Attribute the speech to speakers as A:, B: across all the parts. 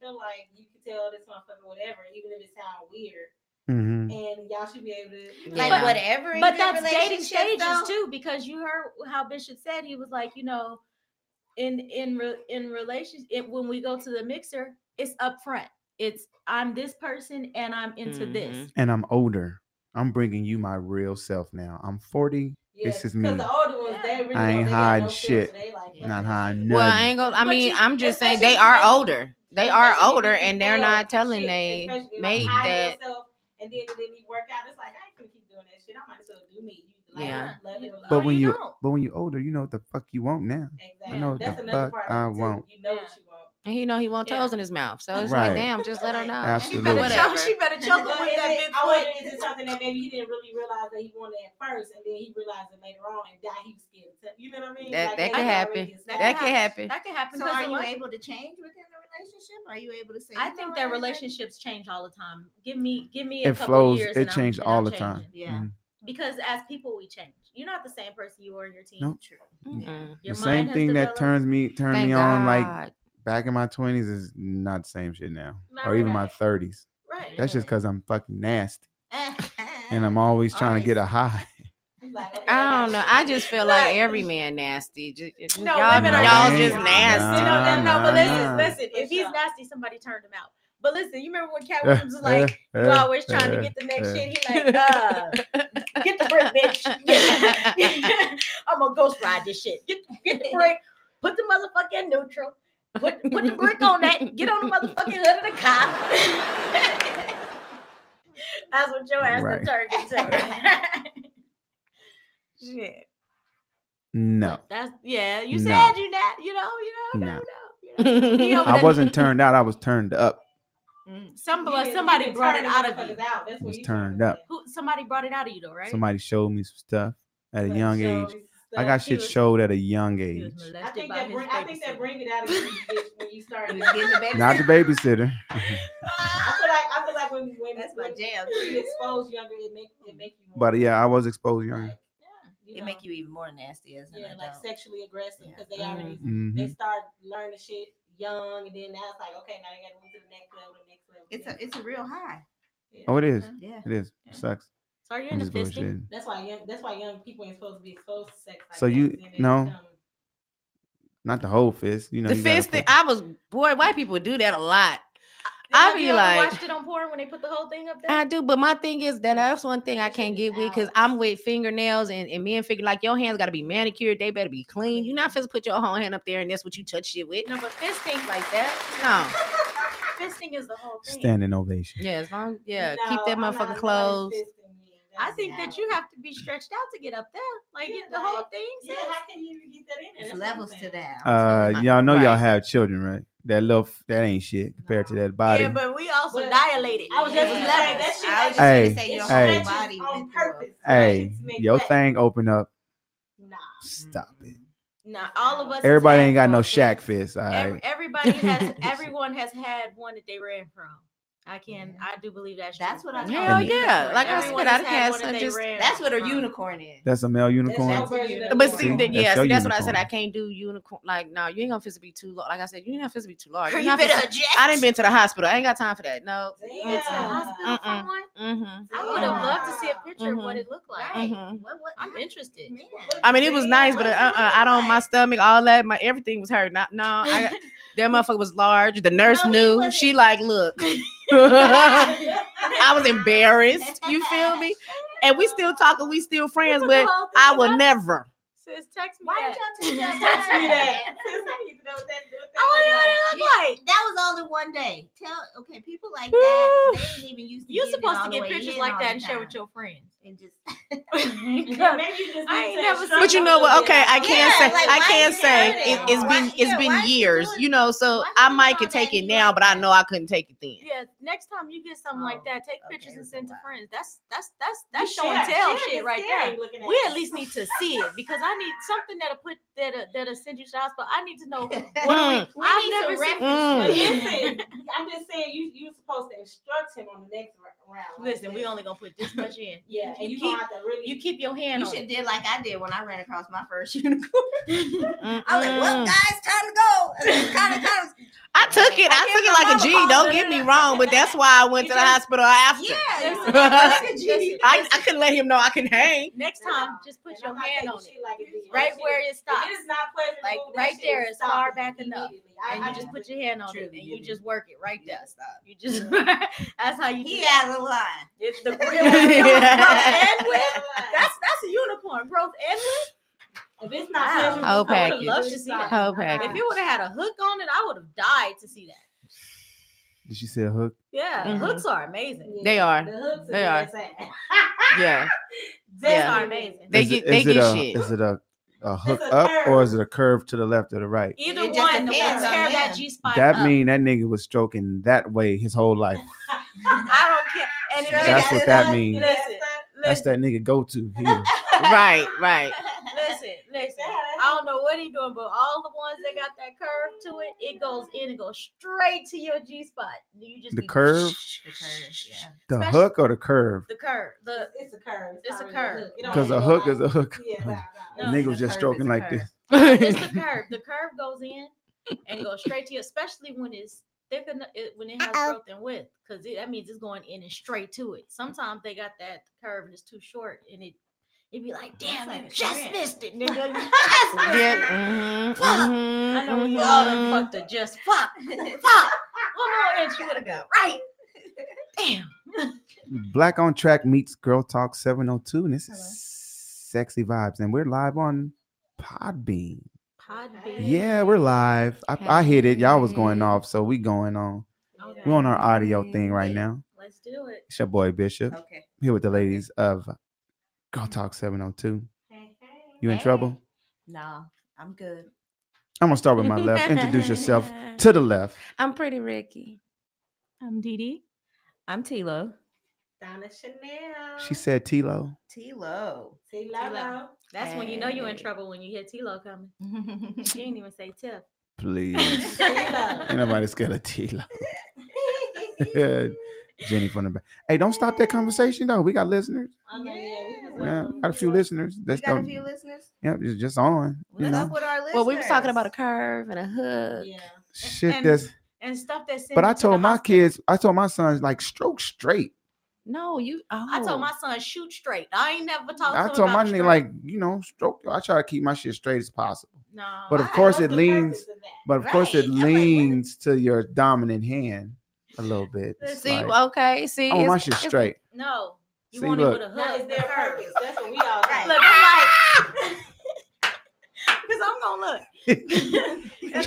A: feel like you can tell this motherfucker whatever, even if it sounds weird.
B: Mm-hmm.
A: And y'all should be able to
C: Like
B: But-
C: whatever. in
D: But
C: your
D: that's dating
C: relationship,
D: stages
C: though.
D: too, because you heard how Bishop said he was like, you know, in in re, in relationship when we go to the mixer, it's upfront. It's I'm this person and I'm into this.
B: And I'm older. I'm bringing you my real self now. I'm 40,
A: Yeah,
B: This is
A: 'cause
B: me.
A: The older ones, they really
B: I ain't
A: they got
B: hiding
A: no filter.
B: shit.
A: They like,
B: not high
A: nothing.
B: nothing.
E: Well, I ain't gonna. I
A: But
E: mean,
A: you-
E: I'm just saying
A: especially
E: they are
A: if you-
E: older. They are
A: Especially if
E: older,
A: you
E: and they're
A: feel
E: not telling
A: shit,
E: they
A: especially if
E: mate
A: I feel
E: that.
A: self, And then it didn't even work out. It's like I ain't gonna keep doing that shit. I might as well do me. You like,
E: Yeah.
A: love it or
B: But
A: love
B: when
A: it.
B: you,
D: don't.
B: but when you older, you know what the fuck you want now.
A: exactly.
B: know what
A: that's
B: the
A: another
B: fuck
A: part.
B: I
A: of it too.
B: want.
A: You know what
D: Yeah.
A: you want.
E: And he know he want
D: Yeah.
E: toes in his mouth, so it's
B: Right.
E: like, damn, just let her know.
B: Absolutely. She
E: But
B: better
E: whatever.
D: choke- she better
A: And so-
D: choke him with
A: and
D: that
A: then I
D: big foot.
A: wonder is it something that maybe he didn't really realize that he wanted at first, and then he realized it later on, and now he was scared. to tell- You know what I mean?
E: That- that could
A: that's
E: happen.
A: already his
D: That
E: That
A: fault.
E: can happen.
D: That can happen.
C: So
D: 'cause
C: are
D: it
C: you
D: was-
C: able to change within the relationship? Are you able to say?
D: I
C: you know
D: think
C: what,
D: that
C: I regret-
D: relationships change all the time. Give me, give me. A
B: It
D: couple
B: flows.
D: Years
B: It
D: and I'm-
B: changed
D: and I'm
B: all the
D: changing.
B: time.
C: Yeah.
B: Mhm.
D: Because as people, we change. You're not the same person you were in your teens.
B: Nope.
E: Mm-mm.
B: The same thing that turns me turned
E: Mm, Thank
B: me on like
E: God.
B: back in my 20s is not the same shit now,
D: Not
B: or even my
D: really.
B: 30s.
D: right.
B: That's just because I'm fucking nasty and
C: and
B: I'm always trying to
C: Alright.
B: get a high.
A: He's like, okay,
E: I don't know. I just feel like every
A: Look.
E: man nasty. Just, just,
D: No,
E: y'all,
D: women are
E: y'all
D: nasty.
E: just nasty.
D: You know,
B: Nah,
D: no, no,
B: Ah,
D: but
B: nah.
D: listen, listen.
A: For
D: If he's
A: sure.
D: nasty, somebody turned him out. But listen, you remember when Cat
B: Yeah,
D: Williams was like,
B: yeah,
D: "You
B: yeah,
D: always trying to
B: yeah,
D: get the
B: yeah.
D: next shit." He like, uh, "Get the brick, bitch. I'm gonna ghost ride this shit. Get, get the brick. Put the motherfucker in neutral. Put put the brick on that. Get on the motherfucking hood of the car." That's what your ass
B: Right.
D: right. turned into. shit.
B: No,
D: That's yeah. You
B: No.
D: said you not. You know. You know.
B: No.
D: No. No. you know. He over
B: I
D: there-
B: wasn't turned out. I was turned up.
A: Mm.
D: Some,
A: You
D: but
A: can- you
D: somebody
A: can
D: brought it
A: turn
D: out of you.
A: motherfuckers out. That's what
B: Was
A: you
B: turned
A: trying to
B: up.
A: say.
D: Who? Somebody brought it out of you though, right?
B: Somebody showed me some stuff at a
A: Like,
B: young
A: show
B: age.
A: me
B: I
A: stuff.
B: got
D: he
B: shit
D: was-
B: showed at a young
D: He was
B: age.
D: molested
A: I think
D: by
A: that
D: his
A: bring, I think that
D: babysitter.
A: bring it out of you bitch, when you start.
C: You
A: I
C: was getting the baby.
B: Not the babysitter.
A: feel like I feel like when when
C: That's my
A: when
C: jam.
A: you expose younger, it make it make you. More
B: But yeah, I was exposed young.
A: Like, yeah, you
C: It
A: know,
C: make you even more nasty as an
A: yeah, like
C: adult.
A: sexually aggressive
C: Yeah.
A: because they already
B: hmm
A: they start learning shit young, and then now it's like okay, now they gotta move to the next level, the next level.
C: It's
A: yeah.
C: a it's a real high.
A: Yeah.
B: Oh, it is.
C: Yeah.
B: It is.
D: Yeah.
B: sucks.
D: So are you
B: I'm
D: into
B: just
D: fisting?
B: bullshitting.
A: That's why young. That's why young people ain't supposed to be exposed to sex. Like
B: So
A: that,
B: you-
A: 'cause then they
B: no.
A: become-
B: Not the whole fist. You know.
E: the
B: you gotta
E: fist thing.
B: put-
E: I was boy. White people do that a lot. I
D: Have
E: be
D: you ever
E: like-
D: watched it on porn when they put the whole thing up there.
E: I do, but my thing is that that's one thing I
A: That shit
E: can't
A: is
E: get with because
A: out.
E: I'm with fingernails and, and men figure like your hands gotta be manicured, they better be clean. You're not supposed to put your whole hand up there and that's what you touch shit with.
D: no, but fisting like that.
E: No.
D: Fisting is the whole thing.
B: Standing ovation.
E: Yeah, as long yeah, keep
A: No,
E: that
A: I'm not-
E: motherfucker
A: nobody's
E: closed.
A: fisting me.
D: I
A: That's
D: think
A: out.
D: that you have to be stretched out to get up there. Like
A: Yeah,
D: get the whole
A: like-
D: thing.
A: Yeah,
D: sis.
A: how can you get that in? there?
C: It's
A: That's what I'm
C: levels to
A: saying.
C: that.
B: Uh, y'all know y'all
E: Right.
B: have children, right? That little f- that ain't shit compared to that body.
D: Yeah, but we also
A: But-
D: dilated.
A: I was just
C: Yeah.
A: gonna say that shit.
C: I was just
A: like-
B: Hey,
C: gonna say
A: it
C: your
B: hey.
C: whole
A: stretches
C: body
A: on
C: went through a-
A: purpose. That
B: hey,
A: shit's made
B: your
A: that-
B: thing open up.
A: Nah.
B: Stop it.
D: Nah, all of us. has
B: Everybody
D: had
B: ain't got no
D: one thing.
B: shack fist. All
D: Every,
B: right.
D: everybody has. everyone has had one that they ran from. I can.
C: Yeah.
D: I do believe that's
C: That's
D: true.
C: what I
E: Hell
C: call it.
E: yeah. Like I
D: Everyone
E: said, I
D: has
E: done
D: had
E: had
D: one that
E: some
D: they
E: just
D: ran
C: That's what a
D: from.
C: unicorn is.
B: That's a male unicorn.
A: That's
C: That's
A: your
C: a
A: version of
E: But
A: porn.
E: see,
B: See,
E: the,
B: that's
E: yeah,
B: your
E: see, that's what I said. I
B: unicorn.
E: can't do unicorn. Like, no, you ain't gonna physically be too large. Like I said, you ain't not physically be too large.
C: Girl,
E: You're
C: you
E: not
C: better
E: physically- I didn't been to the hospital. I ain't got time for that. No.
A: Damn.
D: It's a hospital
E: Mm-mm.
D: for one.
E: Mm-hmm.
D: I would have loved to see a picture of what
E: Mhm.
D: it looked like.
C: Right.
E: Mhm.
C: What what
D: Uh-uh. I'm interested.
C: man.
E: I mean, it was nice, but uh,
C: What's
E: uh,
C: wrong
E: I don't.
C: with
E: My
C: it?
E: stomach, all that, my everything was hurt. Not, no, I, got- that motherfucker was large. The nurse
D: No, he
E: knew.
D: wasn't.
E: She like, look, I was embarrassed. You feel me? And we still talking. We still friends,
D: Put the
E: but
D: whole thing
E: I will
D: up.
E: never.
D: Sis, text me.
C: Why
D: that.
C: did y'all text
D: Text
A: Tell me
C: that?
A: that. Sis, I need to know what that- what that
D: I want to know what it looked like.
C: That was all in one day. Tell okay, people like that,
E: Woo.
C: they ain't even used to.
D: You're
C: getting it
D: supposed
C: all
D: to
C: the
D: get
C: way
D: pictures
C: in
D: like
C: all
D: that
C: the
D: and share with
C: time.
D: your friends.
C: And just
A: And then maybe you just
D: I
A: need
D: ain't
A: to
D: never seen-
A: instruct
E: But you
A: them
E: know
A: a little
E: what? Okay,
A: bit.
E: I can't
C: Yeah,
E: say.
C: like,
E: I
C: why
E: can't
C: you
E: say.
C: doing
E: It,
C: that?
E: it's
C: Why-
E: been. It's
C: yeah, why
E: been
C: you
E: years.
C: doing
E: You know, so
C: Why you
E: I might
C: doing
E: could take
C: that
E: it now, but I
C: anyway?
E: know I couldn't take it then.
D: Yeah, next time you get something
C: Oh,
D: like that, take
C: okay,
D: pictures and
C: that's
D: send
C: a
D: to
C: lot.
D: friends. That's that's that's that's
A: You
D: show and
A: share.
D: tell
A: Share
D: shit
A: is
D: right
A: scary
D: there.
A: looking
D: We
A: it.
D: at least need to see it because I need something that'll put that'll, that'll send you shots, but I need to know.
E: Mm.
C: We
D: I've
C: need
D: never
C: some
D: seen-
A: But
E: Mm.
A: listen, I'm just saying you you're supposed to instruct him on the next ra- round. like
D: Listen, we
A: that.
D: only gonna put this much in.
A: yeah, and
D: you
A: you gonna
D: keep-
A: have to really
D: You keep your hand
C: You
D: on.
C: should
D: it.
C: did like I did when I ran across my first unicorn.
E: Mm-mm. Mm.
C: I was like, well, guys, time to go. And it kinda, kinda
E: I took it. I,
F: I
E: took
F: gave
E: it like
F: my
E: a G.
F: mama
E: Don't
F: pause.
E: get me wrong, but that's why I went to the
F: Because-
E: hospital after.
C: Yeah.
F: Listen,
E: I,
F: listen,
E: I couldn't let him know I could hang.
D: Next time, just put your hand on it,
A: Right
D: right where it
A: If
D: stops.
A: it is not pleasant,
D: Like,
A: move that
D: right
A: shit,
D: there, it's
A: stop
D: far
A: it
D: backing up.
A: immediately. I,
D: And
A: I
D: you
A: just
D: just
A: put
D: put your hand on
E: True,
D: it, and
E: you
D: you
E: do.
D: just work it right there.
E: stop.
D: You just that's how you do.
C: He
D: it.
C: has a line.
D: It's the
E: Yeah.
D: growth and width. That's that's a unicorn growth and width.
A: if it's not
D: Wow.
A: pleasant,
E: Whole
A: I
E: Oh, package.
A: would love to see that.
E: Whole package.
D: If it would have had a hook on it, I would have died to see that.
B: Did she say a hook?
D: Yeah,
E: Mhm.
D: hooks are amazing.
E: They are.
A: The hooks
E: They are.
A: insane.
E: Yeah.
A: They
E: Yeah.
A: are amazing.
E: They
B: Is
E: get-
B: it-
E: they
B: is it
E: get
B: a,
E: shit.
B: Is it a, a hook
A: a
B: up or
A: curve.
B: is it a curve to the left or the right?
D: Either
C: It just
D: one, the one
A: depends on
D: tear that
C: them.
D: G spot
B: that
D: up.
B: mean that nigga was stroking that way his whole life.
D: I don't care. And if
C: Sure,
D: it
B: That's
D: got
B: what
D: it
B: that
D: up,
B: means.
D: Listen,
B: That's
D: listen,
B: that nigga go to here.
E: Right, right.
D: listen, listen. I don't know what he doing, but all the ones that got that curve to it, it goes in and goes straight to your G spot. You just
B: The
D: be-
B: curve?
C: Because, yeah.
B: The
D: Especially-
B: hook or the curve?
D: The curve. The
A: It's a curve.
D: It's a
A: not
D: curve.
A: really hook. It don't
B: Because a
A: really
B: hook
A: lie.
B: is a hook.
A: Yeah, nah,
B: The
A: nah.
D: No,
B: nigga
D: the
B: was just
D: curve is
B: stroking
D: a
B: like
D: curve.
B: this.
D: it's the curve. The curve goes in and goes straight to you, especially when it's thick enough, it, when it has
C: Uh-oh.
D: growth and width, because that means it's going in and straight to it. Sometimes they got that curve and it's too short, and it it be like, damn,
C: like
D: you
C: a
D: just
C: trend.
D: missed it, nigga. You just missed
E: Yeah.
D: it.
B: mm-hmm,
E: mhm,
D: Fuck.
E: mhm,
D: I know we all done
E: mhm.
D: fucked the just fuck, fuck. One more inch, you would have got right. Damn.
B: Black on Track meets Girl Talk 702, and this is sexy vibes. And we're live on Podbean.
D: Podbean.
B: Yeah, we're live. I, I hit it. Y'all was going off, so we going on.
D: Okay.
B: We're on our audio thing right now.
D: Let's do it.
B: It's your boy Bishop
C: Okay.
B: here with the ladies of Girl Talk 702.
A: Hey, hey.
B: You in trouble?
C: No, I'm good.
B: I'm gonna start with my left. Introduce yourself to the left.
E: I'm pretty Ricky.
D: I'm Dee Dee.
C: I'm T Lo.
A: Donna Chanel.
B: She said Tilo.
C: T Lo.
A: Say Lolo.
D: That's when you know you're in
C: Hey.
D: trouble when you hear T-Lo coming. You didn't even say tip.
B: Please. Ain't nobody scared of Tilo. Jenny from the back. Hey, don't stop that conversation though. We got listeners.
A: I
D: Oh,
A: know, yeah, we was
B: Yeah,
A: wondering.
B: got a few listeners.
C: We
B: That's
C: got a
B: don't-
C: few listeners.
B: yeah, it's just on. You
C: What's up
B: know,
C: with our listeners?
E: Well, we was talking about a curve and a hook.
A: Yeah.
B: shit.
D: and-
B: That's.
D: and stuff that's.
B: But I told my kids. I told my sons like stroke straight.
E: No, you. Oh.
D: I told my son shoot straight. I ain't never talked. to
B: I
D: him
B: told my
D: about
B: nigga
D: straight.
B: like you know stroke. I try to keep my shit straight as possible.
D: No,
B: But
D: Oh, I-
B: of course
A: What's
B: it
A: the
B: leans.
A: purpose of that?
B: But of course it
C: Right. I'm like, what is-
B: leans to your dominant hand a little bit. It's
E: oh. See,
B: like,
E: okay, see.
B: I want my
E: it's-
B: shit
E: it's-
B: straight.
D: no. You
B: See,
D: want
B: look.
D: it with a
A: Now, is
D: hook.
A: there a purpose? That's what we all
C: Right.
D: Look,
A: think.
D: I'm like, because I'm gonna look.
A: Is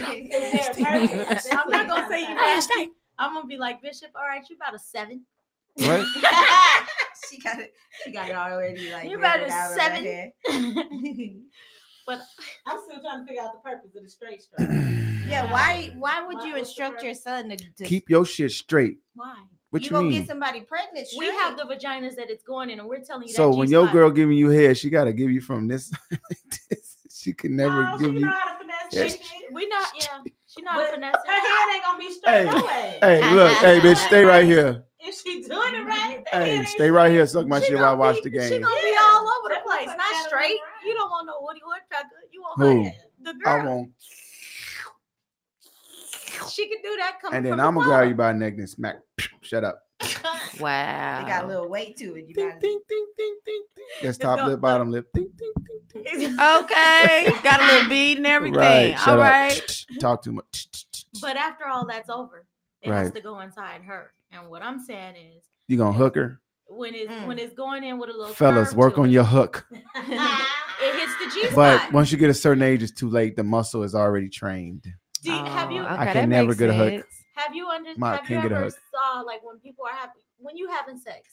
A: there a purpose?
D: I'm not gonna say you
A: That's
D: passed. I'm gonna be like Bishop. All right, you about a seven.
B: What?
C: she got it. She got it already. Like
D: You better
C: written out in her
D: seven-
C: head.
A: I'm still trying to figure out the purpose of the straight stripe.
C: yeah. Why? Why would
A: Why- what's
C: you
A: the
C: instruct your
A: purpose?
C: son to, to
B: Keep your shit straight.
D: Why?
B: What
C: you
B: you,
C: gonna
B: mean?
C: get somebody pregnant?
D: We have the vaginas that it's going in, and we're telling you.
B: So
D: that
B: when
D: G
B: your
D: spot-
B: girl giving you head, she gotta give you from this. like this. She can never
A: No,
B: give
A: she
B: you.
A: know how to finesse
B: Yeah.
A: that shit.
D: we not, yeah, she not
A: But
D: a finesse.
A: Her hand ain't gonna be straight
B: Hey,
A: no way.
B: Hey, look, hey, bitch, stay right here.
A: If she doing it right, the hand
B: Hey,
A: ain't
B: stay right here. Suck my
D: She
B: shit while I
D: gonna
B: watch
D: be-
B: the
D: She
B: game.
D: gonna be
A: Yeah.
D: all over the
A: That
D: place,
A: motherfucker
D: not
A: gotta
D: straight.
A: look right.
D: You don't want no Woody Woodpecker. You want
B: Who?
D: her, the
B: I
D: girl.
B: won't.
D: She could do that. Coming
B: And then
D: from the
B: I'm gonna grab
D: bottom.
B: you by the neck and smack. Shut up.
E: Wow.
C: It got a little weight to it. You
B: Ding,
C: gotta.
B: ding, ding, ding, ding, ding. That's top
D: gonna-
B: lip, bottom lip. Ding, ding, ding, ding.
E: Okay, got a little bead and everything.
B: shut
E: All
B: up.
E: right.
B: Talk too much.
D: But after all that's over, it has
B: Right.
D: to go inside her. And what I'm saying is,
B: You gonna hook her?
D: when it's
C: Mm.
D: when it's going in with a little
B: Fellas,
D: curve
B: work
D: to
B: on
D: it,
B: your hook.
D: It hits the G
B: But
D: spot.
B: once you get a certain age, it's too late. The muscle is already trained.
D: Do you- have you
E: Oh,
B: I
E: okay,
B: can
E: that
B: never
E: makes
B: get a hook.
E: sense.
D: have you under
B: Ma,
D: have you
B: can't get a
D: ever
B: hook.
D: saw like when people are having when you having sex,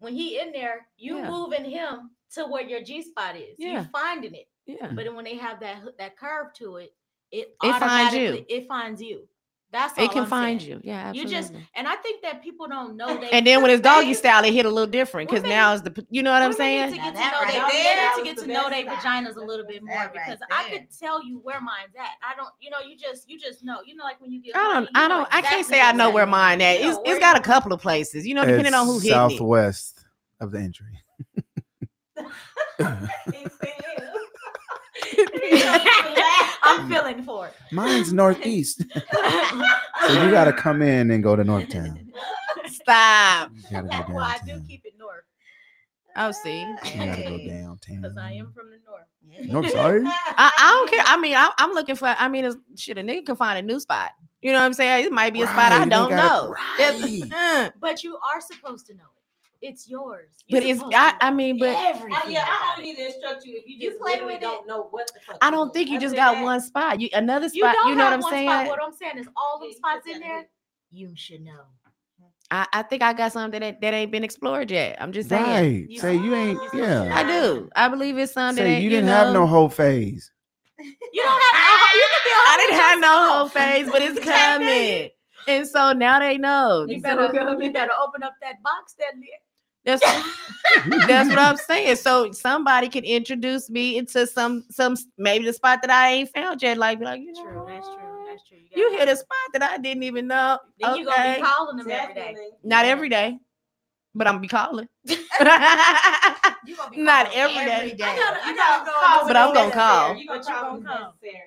D: when he in there, you
E: Yeah.
D: moving him to where your G spot is.
E: Yeah.
D: You finding it.
E: Yeah.
B: Mm.
D: But then when they have that hook- that curve to it, it
E: It finds you.
D: automatically It finds you. That's all
E: It can
D: I'm
E: find
D: saying.
E: you. Yeah,
D: You just
E: absolutely.
D: and I think that people don't know they
E: and then when it's
D: they-
E: doggy style, it hit a little different because
D: Women-
E: now it's the p- you know what I'm
D: women need
E: saying.
D: To get to
C: Now
D: know
C: that
D: they,
C: right
D: women
C: there
D: need
A: was
D: to get
A: the
D: to know
A: best
D: their
A: side.
D: vaginas a little bit more
C: That right
D: because I
C: there.
D: could tell you where mine's at. I don't, you know, you just, you just know, you know, like when you get.
E: I don't,
D: money, you
E: I
D: know
E: don't, I can't
D: exactly
E: say I
D: what's
E: know where
D: happening.
E: mine at.
D: You know
E: It's,
D: where
E: it's got a
D: you-
E: couple of places, you know, depending on who
B: It's
E: hit it.
B: southwest of the injury.
A: right. He said,
D: I'm feeling for it.
B: Mine's northeast. so you gotta come in and go to North Town.
E: Stop.
B: You gotta go
D: That's why I do
B: downtown.
D: keep it north
E: Oh, see.
B: You gotta go
D: Hey, because I am
B: downtown.
D: from the north.
B: North side.
E: I, I don't care. I mean, I, I'm looking for. I mean, it's, shit, a nigga can find a new spot. You know what I'm saying? It might be a spot
B: Right,
E: I
B: you
E: don't
B: gotta-
E: know.
B: right.
E: It's- mm.
D: But you are supposed to know it. It's yours. You're
E: But it's.
D: supposed to
E: I, I
D: know
E: mean, but
D: everything.
A: I, Oh, yeah, I
D: about
A: don't
D: it.
A: need to instruct you if you
D: You
A: just
D: play
A: literally
D: with
A: don't know what the fuck.
E: I
A: you're doing.
E: don't think you
A: Other
E: just
A: than
E: got
A: that,
E: one spot. You another
D: You
E: spot.
D: don't
E: You, know
D: have
E: what I'm
D: one
E: saying?
D: Spot. What I'm saying is all
A: Yeah,
D: the
A: you
D: spots
A: just
D: in
A: gotta
D: there,
A: do
D: you should know.
E: I, I think I got something that, that ain't been explored yet. I'm just saying.
B: Right.
D: You-
B: Say you ain't.
D: you-
B: Yeah.
E: I do. I believe it's something
B: Say
E: that
B: you didn't have no
E: know-
B: whole phase.
D: You don't have. alcohol- You can be a
E: I
D: hoe
E: didn't
D: with
E: have no
D: yourself.
E: whole phase, but it's
D: You can't be.
E: coming. And so now they know.
D: You
E: You
D: better, you better open up that box that li-
E: That's that's what I'm saying. So somebody can introduce me into some some maybe the spot that I ain't found yet. Like be like you know,
D: True, that's true.
E: what?
D: That's true.
E: You
D: gotta-
E: hit a spot that I didn't even know.
D: Then you gonna
E: okay.
D: be calling them every day.
A: Definitely.
E: Not every day, but I'm gonna be calling.
C: You gonna be
E: Not
C: calling
E: every day.
D: I gotta- I gotta
C: You gotta
D: go
C: call
D: over
E: But I'm
D: there.
E: gonna call.
A: You
D: But
A: gonna
D: you
A: call
D: gonna call.
A: necessary.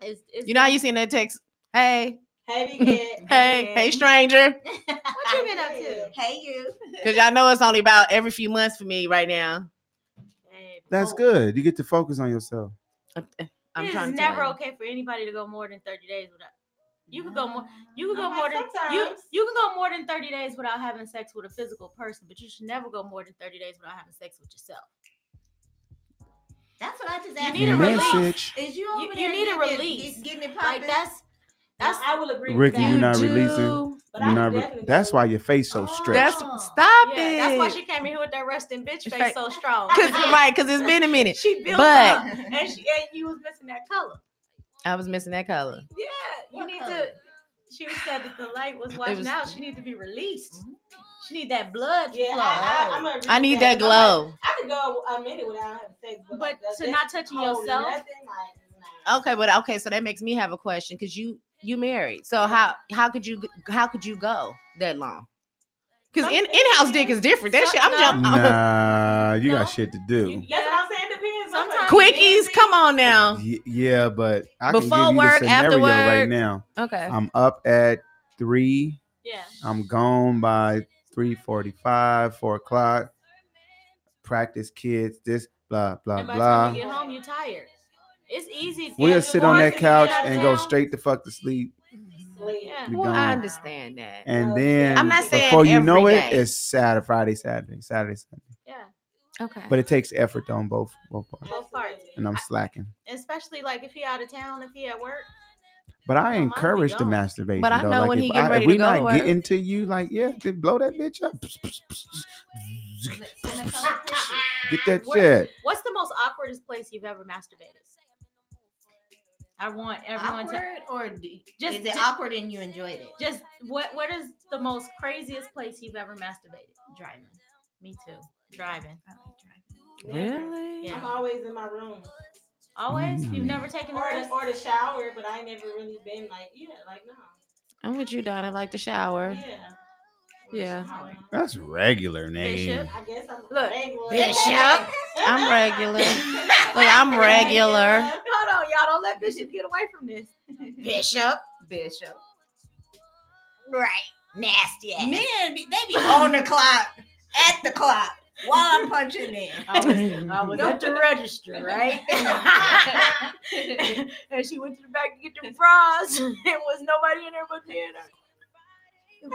D: It's, it's
E: You know how you seen that text? Hey,
A: Hey, we get.
E: hey, hey, stranger.
D: what you been up to?
C: Hey you.
E: Because y'all know it's only about every few months for me right now.
D: Hey,
B: That's
D: oh,
B: good. You get to focus on yourself.
E: I'm
D: It
E: trying
D: is
E: to
D: never
E: tell you.
D: okay for anybody to go more than thirty days without. You can go more. You
C: You
D: can go
A: Okay,
D: more than you.
A: Uh, sometimes.
D: You can go more than thirty days without having sex with a physical person, but you should never go more than thirty days without having sex with yourself.
C: That's what I just
D: You
C: asked.
D: need a
C: you.
B: Message.
C: Is you
D: You-
C: over
D: you
C: there
D: need a
C: getting it-
D: release.
C: get- Getting
D: Like
C: it popping.
D: that's
A: Now,
D: that's
A: I will agree.
B: Ricky,
A: with that.
B: you not
E: do.
B: releasing.
A: But I
B: You're
A: would
B: not. re-
A: definitely
B: That's
A: go-
B: why your face so
C: Oh.
B: stretched.
E: That's
C: Oh.
E: stop it.
D: yeah, that's why she came in here with that resting bitch face
E: Face.
D: so strong.
E: Cause right, cause it's been a minute.
D: she built
E: But-
D: up, and she and you was missing that color.
E: I was missing that color.
D: Yeah, you
C: What
D: need to.
C: color?
D: She said that the light was watching
E: was-
D: out. She need to be released. Mm-hmm. She need that blood
A: Yeah,
D: flow.
A: I, I, I'm agree
E: I
A: with
E: need that
A: I'm like,
E: glow.
A: I could go a minute without having sex, but,
D: but
A: like, that's-
D: to
A: that's
D: not touching
A: cold and
D: yourself,
A: nothing, like, nah.
E: Okay, but okay, so that makes me have a question because you you married. So how how could you how could you go that long? Because in in house dick is different. That
D: Some-
E: shit, I'm
D: no.
E: jumping.
B: Nah, you
D: No.
B: got shit to do.
D: You-
A: That's what I'm saying. Depends. on-
D: Sometimes-
E: Quickies, come on now.
B: Y- Yeah, but I
E: Before
B: can give you the
E: work,
B: scenario
E: after
B: right
E: work.
B: now.
E: Okay.
B: I'm up at three.
D: yeah.
B: I'm gone by three forty-five, four o'clock. Practice kids. This blah blah
D: And by the
B: blah.
D: time you get home, you're tired. It's easy.
B: We'll
D: after
B: sit on that
D: work, you
B: couch
D: get out
B: and go
D: town.
B: straight the fuck to sleep,
A: Like,
D: Yeah.
B: You
E: Well,
B: gone.
E: I understand that.
B: and
A: Well,
B: then
A: I'm not
E: saying
B: before you know
E: every
B: it,
E: day.
B: it's Saturday, Friday, Saturday, Saturday, Sunday.
D: Yeah.
E: Okay.
B: But it takes effort on both both parts,
D: Both parts.
B: and I'm slacking.
D: Especially like if he out of town, if he at work.
B: But I
D: No, mine be
B: encourage the
D: gone.
B: masturbation.
E: But I
B: though.
E: know
B: like
E: when
B: if
E: he
B: I-
E: get
B: if
E: ready to
B: we
E: go
B: not
E: to work-
B: getting to you, like yeah, then blow that bitch up.
C: Send a couple pictures.
B: Get that
D: What-
B: shit.
D: What's the most awkwardest place you've ever masturbated? I want everyone to
C: Awkward or d-
D: Just-
C: is it
D: just-
C: awkward and you enjoyed it?
D: just what what is the most craziest place you've ever masturbated? Driving. Me too. Driving.
E: Really?
A: I'm
D: Yeah.
A: always in my room
D: Always? You've
B: Mm.
D: never taken
A: or,
D: a
A: or the shower, but I ain't never really been like, yeah, like, no.
E: I'm with you, Donna. I like the shower.
A: Yeah.
E: Yeah.
B: That's regular, nigga.
D: Bishop.
A: I guess I'm
D: Look,
A: regular.
E: Bishop, I'm regular. Look, I'm regular.
D: Hold on, y'all don't let Bishop get away from this.
C: Bishop. Bishop.
D: Right. Nasty ass.
C: Men, be- they be on the clock, at the clock, while I'm punching in.
D: I was, I was at the register, right? and she went to the back to get the fries. and was nobody in there but me and her.
E: We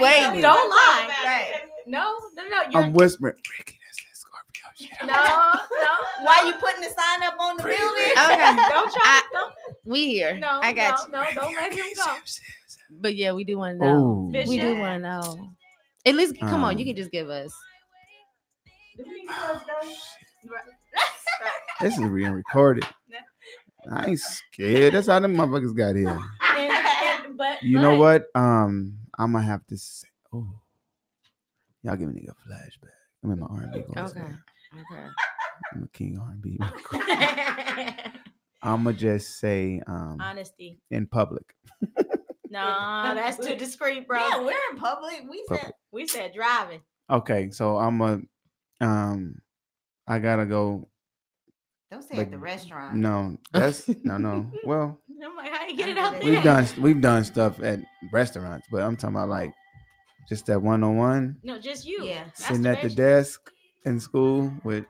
E: waiting.
D: Don't lie.
C: Right.
D: No, no, no. You're,
B: I'm whispering. Ricky, that's that Scorpio shit.
D: no, no.
C: Why you putting the sign up on the building?
E: Okay.
D: Don't try.
E: I-
D: Don't,
E: We here.
D: no,
E: I got
D: no, no, don't let him go.
E: you. But yeah, we do want to know.
B: Oh,
D: Bishop.
E: We do
C: Yeah.
E: want to know. At least, come on, you
B: Um,
E: can just give us.
B: this is being recorded. I ain't scared. That's how them motherfuckers got here.
D: And- and- but
B: You know
D: but
B: what? Um, I'm gonna have to say, oh, y'all give a nigga a flashback. I'm in my R&B. voice
E: Okay.
B: now.
E: Okay.
B: I'm a king R&B. I'ma just say um
D: Honesty.
B: in public.
D: No, that's too discreet, bro.
C: Yeah, we're in public. We said
D: We said driving.
B: Okay, so I'm a um I gotta go
C: Don't say
B: Like,
C: at the restaurant.
B: No, that's no, no. Well,
D: I'm like, how you get it out
C: Yeah.
B: we've
D: there?
B: done we've done stuff at restaurants, but I'm talking about like just that one on one,
D: No, just you.
C: Yeah.
B: sitting at the
D: Masturbation
B: desk in school with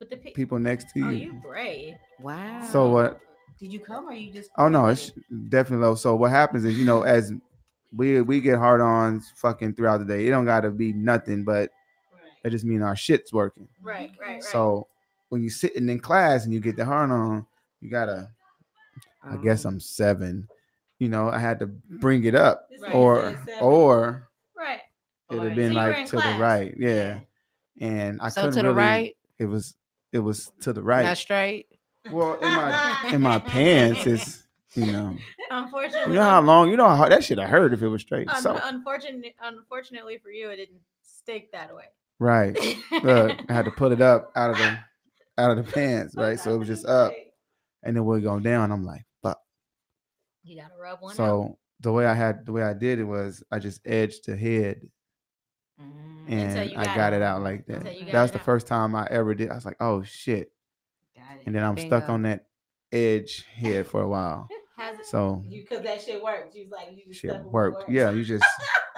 D: With the pe-
B: people next to
D: Oh,
B: you.
D: you brave.
E: Wow.
B: So what?
C: Did you come or you just?
B: Oh no,
C: did
B: it's
C: it?
B: definitely low. So what happens is, you know, as we we get hard ons fucking throughout the day. It don't gotta be nothing, but it just mean our shit's working.
D: Right, right, right.
B: So when you sitting in class and you get the hard on, you gotta. I guess
D: Oh.
E: Um,
B: I'm seven. You know, I had to bring it up,
A: This
D: Right.
A: nigga
B: or
A: said seven.
B: or
D: right.
B: it'd
E: Or-
B: have
D: So
B: been
D: you were in
B: like to
D: class.
B: the right, yeah. And I
E: so
B: couldn't
E: to the
B: really-
E: right,
B: It was it was to the
E: not
B: right.
E: straight.
B: Well, in my in my pants, it's you know. You
D: Unfortunately,
B: know how long? You know how that should have hurt if it was straight.
D: un-
B: So
D: unfortunate, unfortunately for you, it didn't stick that way.
B: right, look, I had to put it up out of the out of the pants, right? So it was just up, and then we're going down. I'm like, fuck.
D: you gotta rub one out.
B: So the way I had the way I did it was I just edged the head,
C: Mm,
B: and
D: you
B: I
D: got
B: got
D: it.
B: it out like that.
D: Until you got
B: That was
D: it
B: the
D: out.
B: first time I ever did. I was like, oh shit,
C: got it.
B: and then I'm stuck
E: Bingo.
B: on that edge head for a while.
D: Has it,
B: So
A: You, cause that shit worked. You was like, you just
B: shit
A: stuck with
B: worked.
A: work.
B: Yeah, you just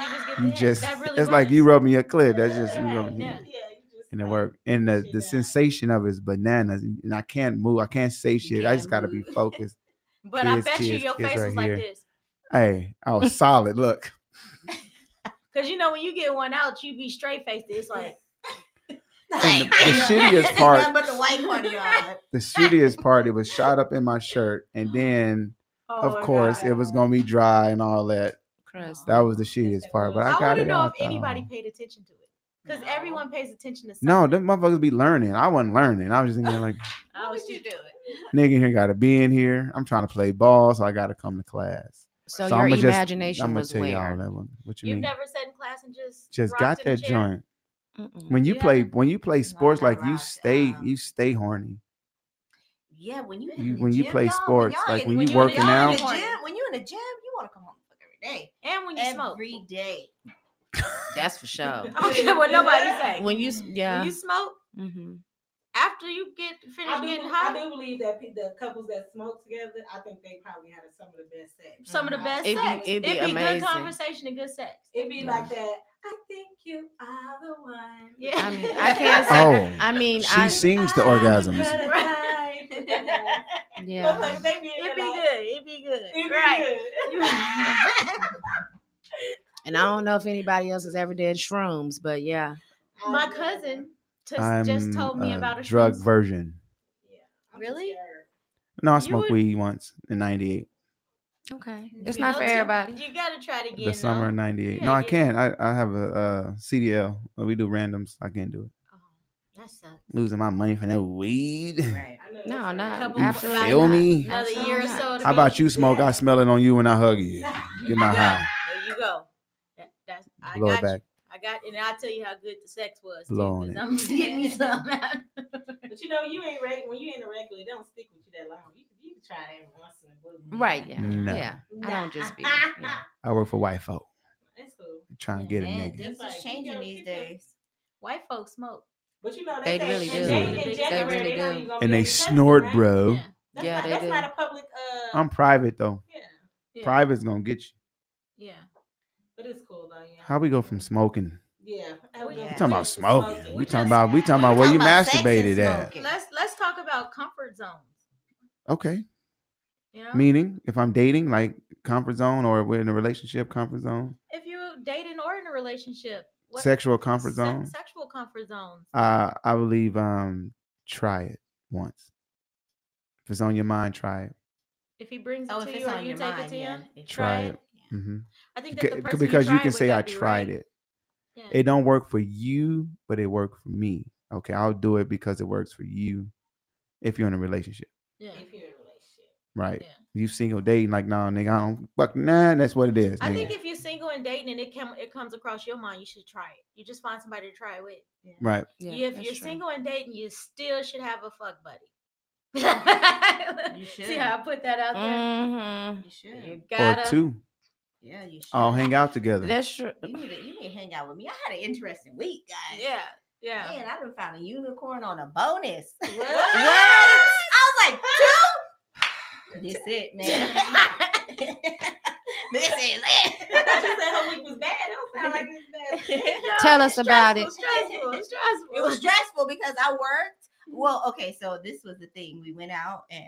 D: you just get
B: you
D: the-
B: just
D: that really
B: it's like you
D: works.
B: rubbing your clit. That's just you
A: Right,
B: rubbing.
A: yeah,
D: yeah.
A: yeah, you just
B: and it
A: stuck.
B: worked. And the,
A: Shit,
B: the
A: yeah.
B: sensation of it is bananas. And and I can't move. I can't say shit. I
E: can't
B: just gotta be
E: move.
B: focused.
D: But I
B: kids,
D: bet you
B: kids,
D: your
B: kids
D: face
B: right
D: was like
B: here.
D: this.
B: hey, I was solid. Look,
D: Cause you know when you get one out, you be straight faced. It's like
B: and the, the shittiest part,
C: Nothing but the white one, y'all.
B: the shittiest part, it was shot up in my shirt. And then
D: oh
B: of
D: my
B: course
D: God.
B: it was gonna be dry and all that.
E: Crust.
B: That was the shittiest part. But I,
D: I,
B: got
D: want to
B: it
D: know if
B: out. though.
D: anybody paid attention to it. Cause
C: No.
D: everyone pays attention to something.
B: no, them motherfuckers be learning. I wasn't learning. I was just in there like,
D: I was
F: would you
D: just
F: do?
B: nigga here gotta be in here. I'm trying to play ball, so I gotta come to class.
E: So,
B: So
E: your
B: I'ma just-
E: imagination
B: I'm gonna
E: was
B: tell y'all
E: where?
B: that one. What you
D: You've
B: mean?
D: never sat in class and just
B: just
D: rocked
B: got
D: in a
B: that
D: chair?
B: joint.
E: Mm-mm.
B: when you
D: Yeah.
B: play when you play sports
C: not
B: like you
C: rocked,
B: stay
C: um,
B: you stay horny
C: Yeah, when you, in
B: You-
C: the
B: when you
C: gym,
B: play
C: y'all,
B: sports,
C: y'all
B: like
C: in-
B: when you
C: y'all
B: working
C: in the
D: out.
C: gym- when you in the gym, you want to come home and fuck every day.
D: And when you smoke,
C: Every day.
E: That's for sure.
D: I don't care what nobody say.
E: When you, s-
D: When
E: yeah.
D: you smoke,
E: hmm
D: after you get finished
A: I do,
D: getting
A: I
D: high,
A: do believe that pe- the couples that smoke together, I think they probably had some of the best sex.
D: some of the
C: Mhm.
D: best
E: It'd be-
D: sex.
E: it'd be
D: good
E: amazing.
D: conversation and good sex.
A: It'd be
E: Yeah.
A: like that. I think you are the one.
D: Yeah.
E: I mean, I can't say.
B: oh
E: I mean,
B: she
E: I,
B: sings the orgasms
A: Right.
E: yeah.
A: Like, they be in
D: It'd be
A: there like,
D: good. It'd be good.
A: it'd be
D: right.
A: good.
E: And I don't know if anybody else has ever done shrooms, but yeah.
D: My cousin just,
B: i'm
D: just told me
B: a
D: about a
B: drug
D: shrooms-
B: version
A: I'm
D: Really?
A: scared.
B: no i
D: You
B: smoked
D: would-
B: weed once in 98
E: Okay.
D: You
E: It's not
D: know,
E: for
D: too.
E: everybody.
D: You gotta try to get
B: the summer of 98
D: Yeah,
B: no i
D: yeah.
B: can't i i have a uh cdl but we do randoms i can't do it
D: That sucks.
B: losing my money for that weed
C: Right.
A: I know that's
E: No, no.
A: right.
D: Couple
B: you
D: Absolutely
B: feel
E: not.
B: me
D: Another
E: Absolutely
D: year or
E: not.
D: so. to
B: how
D: go.
B: about you smoke i smell it on you when i hug you get my high
D: There you go. That, that's I
B: blow
D: got
B: it back
D: you. I got, and I'll tell you how good the sex was. too,
B: Blow on
D: 'cause
B: it.
D: I'm just getting me some.
A: But you know, you ain't reg- when you ain't a regular, it don't stick with you that long. You can, you can try it every once in a blue. moon.
E: Right. Yeah.
B: No.
E: Yeah. I don't just be. yeah.
B: i work for white folk
A: That's cool.
B: trying to get a
C: Man,
B: nigga
C: things
A: It's
C: is
A: like,
C: changing
A: yo,
C: these
A: people-
C: days.
D: White folks smoke.
A: But you know
E: They
A: they, say
E: really
A: in
E: do.
A: Jan- in
D: They
A: January,
E: really
A: know
E: do.
A: you gonna be
B: and they
A: in the country,
B: snort Um,
A: right?
B: bro
D: Yeah.
A: That's
E: Yeah,
A: not,
E: they
A: that's
E: do.
A: not a public. Uh,
B: i'm private though
A: yeah,
D: Yeah.
B: Private's gonna get you.
D: Yeah.
A: but it's cool though. Yeah.
B: How we go from smoking?
A: Yeah. I was
C: We talking
B: We
A: just-
B: talking about
A: just
B: smoking. We
A: just-
B: talking about we talking about where
C: Talking
B: you
C: about sex and
B: masturbated at.
C: smoking.
D: Let's let's talk about comfort zones.
B: Okay.
D: You know,
B: Meaning, if I'm dating, like comfort zone, or we're in a relationship, comfort zone,
D: if you're dating or in a relationship, what-
B: sexual comfort
D: se-
B: zone.
D: sexual comfort zones.
B: uh, I believe um, try it once. If it's on your mind, try it.
D: If he brings it
C: Oh, if
D: to
C: it's
D: you or
C: on
D: you
C: your
D: take it
C: mind,
D: to
C: yeah.
D: him,
C: If-
B: Try it.
C: Yeah.
B: hmm
D: I think that the person
B: because you
D: tried
B: can
D: would
B: say I
D: gotta be
B: tried
D: right.
B: it.
D: Yeah.
B: It don't work for you, but it worked for me. Okay, I'll do it because it works for you. If you're in a relationship,
D: Yeah.
A: If you're in a relationship.
B: right?
D: Yeah.
B: You single dating, like nah, nigga, I don't fuck nah. That's what it is.
D: I
B: nigga.
D: think if you're single and dating and it come it comes across your mind, you should try it. You just find somebody to try it with.
B: Right.
E: Yeah,
D: if
E: that's
D: you're
E: true.
D: single and dating, you still should have a fuck buddy.
C: You
D: See how I put that out there?
E: Mhm.
C: You should.
D: You
B: Mm. Or
D: gotta
B: two.
C: yeah,
B: Oh,
C: you should.
B: All hang out together.
E: That's true.
C: You need, to, you need to hang out with me. I had an interesting week, guys.
D: Yeah.
F: Yeah.
C: Man, I done found a unicorn on a bonus.
F: What?
C: I was like, two? This it, man. this is
A: I thought
C: it.
A: you said her week was bad. That don't sound like it was bad.
E: Tell us about
D: It
E: it.
D: was stressful. It was stressful.
C: It was stressful because I worked.
A: Mm-hmm.
C: Well, okay, so this was the thing. We went out and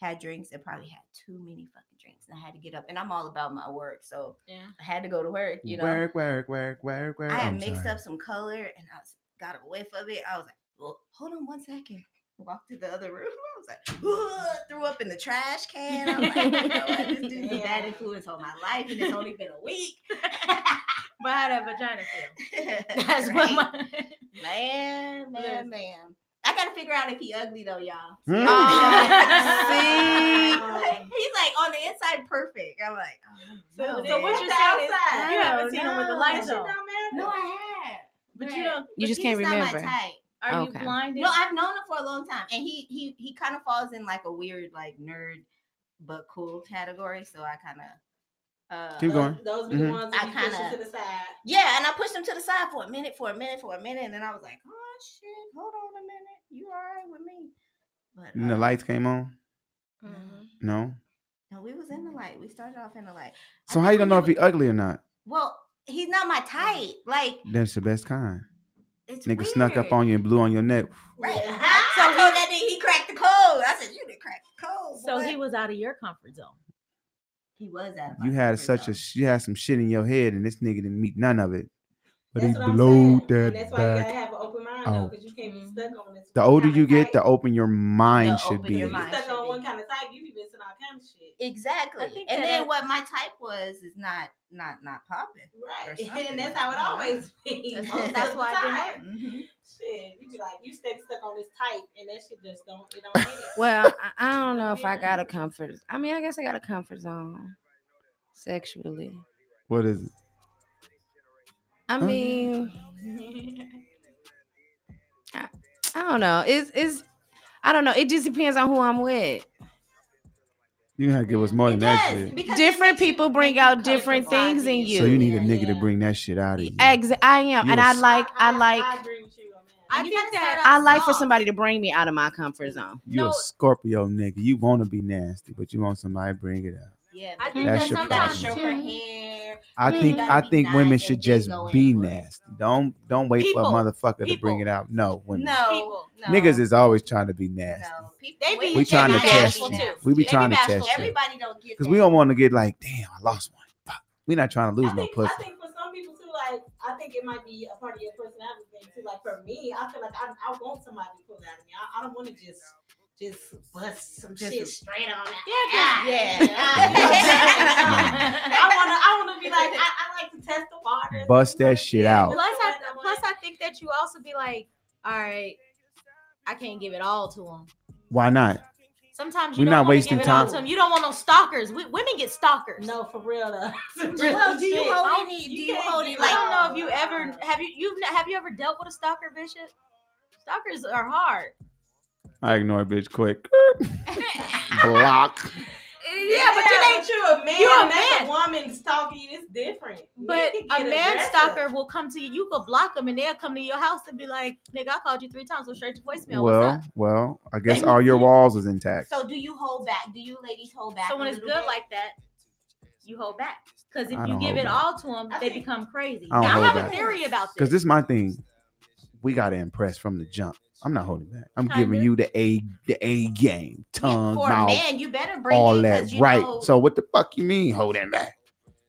C: had drinks and probably had too many fucking drinks. And I had to get up. And I'm all about my work. So
D: Yeah.
C: I had to go to work, you know.
B: work, work, work, work, work.
C: I had
B: I'm
C: mixed
B: sorry.
C: up some color and I was, got a whiff of it. I was like, well, hold on one second. Walked to the other room. I was like, "Ugh," threw up in the trash can. I'm like, you know what? This dude's a bad
D: Yeah.
C: influence on my life, and it's only been a week.
D: But how that vagina feel? That's
C: Right?
D: what my.
C: man, man,
D: Listen.
C: man. I gotta figure out if he ugly though, y'all.
B: Hmm.
E: Oh,
C: He's like on the inside perfect. I'm like, oh,
D: So,
C: no,
D: so
C: man.
D: what you're
A: That's
D: saying is
A: outside.
D: you
C: I
D: haven't
C: don't
D: seen him with the
C: know.
D: lights
A: That
D: on,
A: shit don't
C: No,
A: matter.
C: I have.
D: but
C: Right.
D: you don't.
E: you just
C: He's
E: can't
C: not my
E: remember.
C: type.
D: Are
E: Okay.
D: you blinded?
C: No, I've known him for a long time, and he he he kind of falls in like a weird like nerd but cool category. So I kind of uh,
B: Keep going.
A: Those be the
B: Mhm.
A: ones that
C: I
A: you push
C: kinda-
A: to the side.
C: Yeah, and I pushed him to the side for a minute, for a minute, for a minute, and then I was like, oh shit, hold on a minute, you all right with me? But
B: And the
C: uh,
B: lights came on.
C: mhm.
B: No.
C: no, we was in the light. We started off in the light. I
B: So how
C: think
B: you don't know
C: we
B: if he
C: were-
B: ugly or not?
C: Well, he's not my type. Like
B: That's the best kind.
C: it's
B: Nigga snuck up
C: weird.
B: on you and blew on your neck.
C: Right.
A: Yeah.
C: I told that nigga he cracked the code. I said, you didn't crack the code.
D: So
C: boy."
D: he was out of your comfort zone.
C: he was out. of my
B: You had
C: comfort
B: such
C: zone.
B: a you had some shit in your head, and this nigga didn't meet none of it. But
A: That's
B: he
A: what I'm
B: blowed
A: saying.
B: that
A: And that's why you
B: back.
A: gotta have an open mind though,
B: out.
A: because you can't be stuck on this.
B: The
A: one
B: older
A: kinda
B: you get, the
A: type.
B: open your mind
C: The
B: should
C: open
B: be.
C: your
A: If you
C: mind
A: stuck
C: should
A: on
C: be.
A: one kind of type, you be missing all kind of shit.
C: Exactly.
D: think
C: And
D: that
C: then
D: it-
C: what my type was is not not not popping.
A: Right.
C: something
A: And that's
C: like
A: how it
C: that.
A: always be.
C: That's-
A: Most of
C: that's
A: the
D: why I didn't
A: time.
D: mm-hmm.
C: Mhm.
A: Shit, you be like, you stay stuck on this type, and that shit just don't, it don't hit.
E: Well, I, I don't know if I got a comfort. I mean, I guess I got a comfort zone sexually.
B: What is it?
E: I
B: Oh.
E: mean, I, I don't know. It's it's I don't know. It just depends on who I'm with.
B: You gotta give us more than
C: It does,
B: that shit.
C: because it
E: Different
C: makes you-
E: people bring
C: makes you
E: out different
C: comfortable.
E: things in
B: So you need a
A: Yeah,
B: nigga to
A: yeah.
B: bring that shit out of you.
E: Ex- I am,
B: You
E: and
B: a
E: I
B: s-
E: like I like
A: I agree with you on that.
D: I
C: You
D: think
C: gotta start
D: that
C: off
E: I like for
C: small.
E: somebody to bring me out of my comfort zone.
B: You
D: No.
B: a Scorpio nigga. You want to be nasty, but you want somebody to bring it out.
C: Yeah,
D: I
C: but
D: think
B: That's
D: that
B: your
C: you gotta
D: sometimes
B: problem.
C: show her
D: too,
C: hair.
B: I
E: Mm.
B: think
C: You
B: I
C: gotta be
B: think women
C: nice
B: should
C: and then
B: just
C: go in
B: be
C: for it.
B: nasty. Don't don't wait for
D: People.
B: a motherfucker to bring
D: People.
B: it out. No, women.
C: No,
D: People.
C: no,
B: Niggas is always trying to be nasty.
C: no. People,
D: They
B: We
D: be- they
B: trying to
D: be
B: test
D: bashful
B: you.
D: too.
B: We be
D: They be
B: trying to
D: bashful.
B: test you.
C: Everybody don't get
B: Cause
C: that.
B: we don't want to get like, damn, I lost one. Fuck. We not trying to lose
A: I
B: no
A: think,
B: pussy.
A: I think for some people too, like I think it might be a part of your personality thing too. Like for me, I feel like I, I want somebody to pull out of me. I, I don't want to just just bust some
C: Just-
A: shit straight on out.
D: Yeah,
C: Yeah.
D: Ah. yeah.
A: I wanna I wanna be like I, I like to test the water.
B: Bust that shit out.
D: plus, I, plus, I think that you also be like, all right, I can't give it all to him.
B: Why not?
D: Sometimes you
B: We're
D: don't
B: not
D: wanna
B: wasting
D: give it all
A: time.
D: to 'em. You don't want no stalkers. We, women get stalkers.
A: no for real though.
C: Well, do you
A: Shit.
C: hold
A: I don't-
C: any- uh,
A: you
C: do you
A: can't
C: hold
A: do
C: it
D: I
C: like-
D: don't know if you ever have you you've ne- have you ever dealt with a stalker, Bishop? Stalkers are hard.
B: I ignore a bitch quick. Block.
A: Yeah, but you ain't you a man.
D: You a
A: and that's
D: man.
A: A woman stalking you is different.
D: But
A: You can
D: a
A: get
D: man
A: aggressive.
D: stalker will come to you. You could block them, and they'll come to your house and be like, "Nigga, I called you three times. Go straight to voicemail. What's
B: Well, well, I guess all your walls is intact.
C: So do you hold back? Do you ladies hold
D: up?"
C: back?
D: So when
C: a
D: it's good
C: little bit?
D: like that, you hold back because if
B: I
D: you
B: don't
D: give
B: hold
D: it
B: back.
D: all to them,
A: I
D: they
A: think-
D: become crazy.
B: I don't
D: now, I
B: hold
D: have
B: back.
D: a theory about this.
B: Cause this is my thing. We gotta impress from the jump. I'm not holding back. I'm giving
D: Kinda.
B: you the A the A game. Tongue,
C: for a
B: mouth,
C: man, you better bring
B: uh, all
C: it 'cause
B: that.
C: you
B: Right.
C: know-
B: So what the fuck you mean holding back?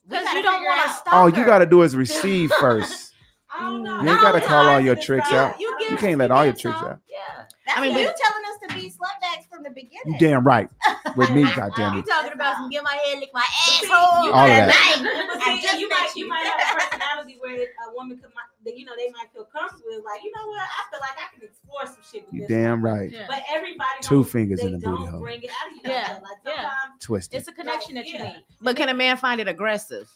C: we
D: because
C: gotta
D: you don't
C: figure
D: want to
C: out.
D: stalker.
B: All Oh, you gotta do is receive first.
A: I don't know.
B: You ain't gotta call all your tricks
A: Yeah,
B: out.
A: you
B: You
A: give
B: can't let all your
D: give
B: tricks
D: some.
B: out.
C: That's
E: I mean,
C: what you
E: but-
C: telling us to be slumbags from the beginning.
B: You damn right. With me, goddamn
D: You
B: it.
D: talking about some get my head lick my
C: asshole.
D: asshole?
B: All
A: might-
B: that.
A: but
C: I
A: see,
C: just
A: you
C: met
A: might you
C: you.
A: might have a personality where a woman could might that, you know they might feel comfortable with like you know what I feel like I can explore some shit with
B: You
A: this.
B: damn right.
D: Yeah.
A: But everybody
B: Two
A: don't-
B: fingers
A: they
B: in the booty
A: don't
B: hole.
A: Bring it out of you
D: Yeah,
A: Like, that. like
D: yeah.
A: sometimes
B: Twisted.
D: It's a connection that you
A: Yeah.
D: need.
E: But can a man find it aggressive?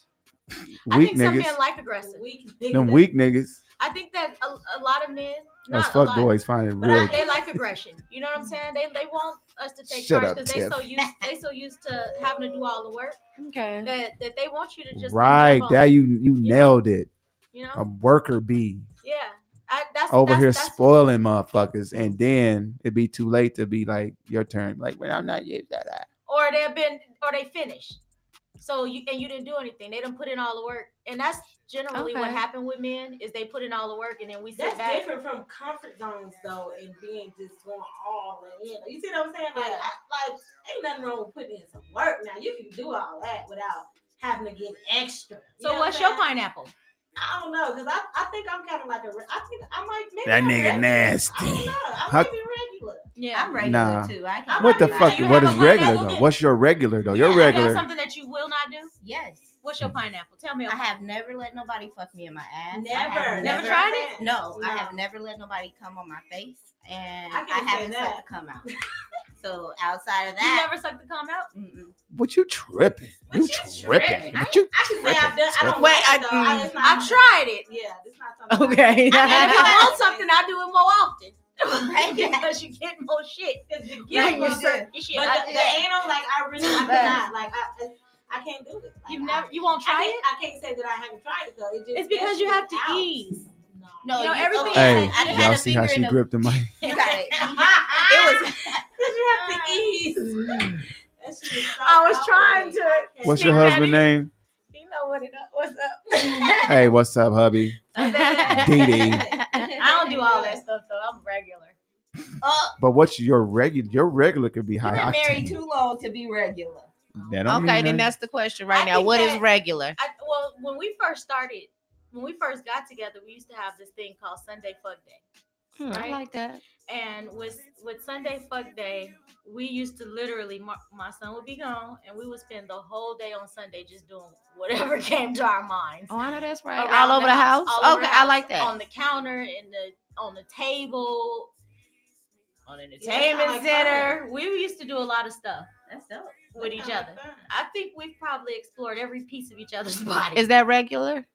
D: I
B: Weak
D: think some men
B: niggas.
D: like aggressive.
A: weak
B: Them weak niggas.
D: I think that a, a lot of men,
B: Those
D: not a
B: fuck
D: lot,
B: boys find it
D: but I,
B: real.
D: they like aggression. You know what I'm saying? They they want us to take
B: Shut
D: charge
B: up,
D: because they
B: Tiff.
D: so used they so used to having to do all the work
E: Okay.
D: that, that they want you to just leave them
B: Right.
D: alone,
B: That you you
D: Yeah.
B: nailed it.
D: you know
B: A worker bee.
D: yeah. I, that's that's
B: over
D: that's,
B: here
D: that's-
B: spoiling motherfuckers, and then it'd be too late to be like your turn. Like, well, I'm not yet that. I-"
D: or they've been or they finished. So you and you didn't do anything. They didn't put in all the work, and that's generally what
E: Okay.
D: happened with men is they put in all the work, and then we sit
A: That's
D: back.
A: different from comfort zones though, and being just going all in. You see what I'm saying? Like, I, like ain't nothing wrong with putting in some work. Now you can do all that without having to get extra. You
D: So
A: know what
D: what's
A: I'm
D: your
A: saying?
D: pineapple?
A: I don't know, cause I, I think I'm kind of like a. re- I think I might. Maybe
B: That
A: I'm
B: nigga
A: regular.
B: nasty.
A: I don't know. I
B: Huh?
A: might be regular.
D: Yeah,
C: I'm regular
B: Nah.
C: too. I
A: I'm
C: can
B: What the
A: not-
B: fuck?
D: you
B: What
D: have
B: is
D: a
B: regular
D: pineapple?
B: though? What's your regular though? Your
D: Yeah, I got
B: regular. Mm.
D: something that you will not do.
C: Yes.
D: What's your pineapple? Tell me.
C: I have never let nobody fuck me in my ass. I have
A: Never,
D: Never tried it?
C: No, I
A: No.
C: have never let nobody come on my face, and
A: I
C: I,
A: can say
C: haven't
A: that.
C: let it come out. so outside of
D: You
C: that,
D: never sucked the cum out.
C: mm-mm.
B: What you tripping? You tripping? What you?
A: I can say I've done. I don't
E: Wait,
A: like it,
E: I-
A: though. I,
E: mm,
A: it's not-
D: I've tried it.
A: Yeah, it's not something. I-
E: Okay.
D: And if I want something, I do it more often.
C: Right.
D: because you get more shit. You
C: Right,
D: get more
C: you do.
D: certain shit.
A: But
D: I-
A: the, the anal, like I really, I
C: But-
A: cannot. Like I, I, I can't do it. Like,
D: You've
A: I-
D: never, you won't
A: I
D: try it.
A: can't, I can't say that I haven't tried it though. It just,
D: It's
A: that
D: because you
A: shit
D: have
A: is
D: to
A: out.
D: ease.
A: No.
C: no,
D: You know,
C: you-
D: everything-
C: okay,
B: Hey,
C: I done had
B: y'all
C: a
B: see how
C: finger
B: she
C: in the-
B: gripped the mic?
C: You got it.
A: it was because you have to ease. That shit is so
D: I was
A: out
D: trying
A: there.
D: to-
A: I can't-
B: What's your
D: Sneak
B: husband name?
D: You know what it What's up?
B: Hey, what's up, hubby? Dee Dee.
D: I don't do all that stuff though. I'm regular.
C: Oh,
B: But what's your regular? Your regular could be
C: you've
B: high
C: been
B: octane.
C: married too long to be regular.
B: That don't
E: Okay,
B: mean
E: then
B: nothing.
E: that's the question right
D: I
E: now.
D: think
E: What is
D: that-
E: regular?
D: I, well, when we first started, when we first got together, we used to have this thing called Sunday Fuck Day.
E: Hmm, I
D: right?
E: like that.
D: And with with Sunday Fuck Day, we used to literally, my, my son would be gone, and we would spend the whole day on Sunday just doing whatever came to our minds.
E: Oh, I know that's right.
D: around
E: All over the house.
D: all over
E: okay,
D: the
E: I
D: house,
E: like that.
D: On the counter, in the on the table, on an
A: Yeah, that
D: entertainment
A: sound like
D: center. We used to do a lot of stuff
C: That's dope.
D: with each other. I think we've probably explored every piece of each other's body.
E: Is that regular?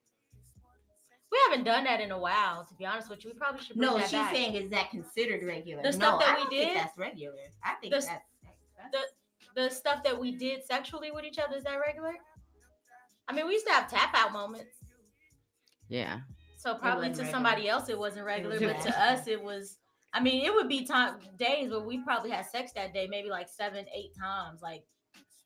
D: we haven't done that in a while, to be honest with you. We probably should. Bring
C: No,
D: that
C: she's
D: back.
C: saying is that considered regular?
D: The
C: no,
D: stuff
C: I
D: that we
C: don't think
D: did-
C: that's regular. I think
D: The
C: that's,
D: s- the stuff that we did sexually with each other. Is that regular? I mean, we used to have tap out moments.
E: Yeah.
D: So probably to
C: wasn't
D: somebody else it wasn't regular, but to
C: regular.
D: us it was. I mean, it would be time days where we probably had sex that day, maybe like seven, eight times. Like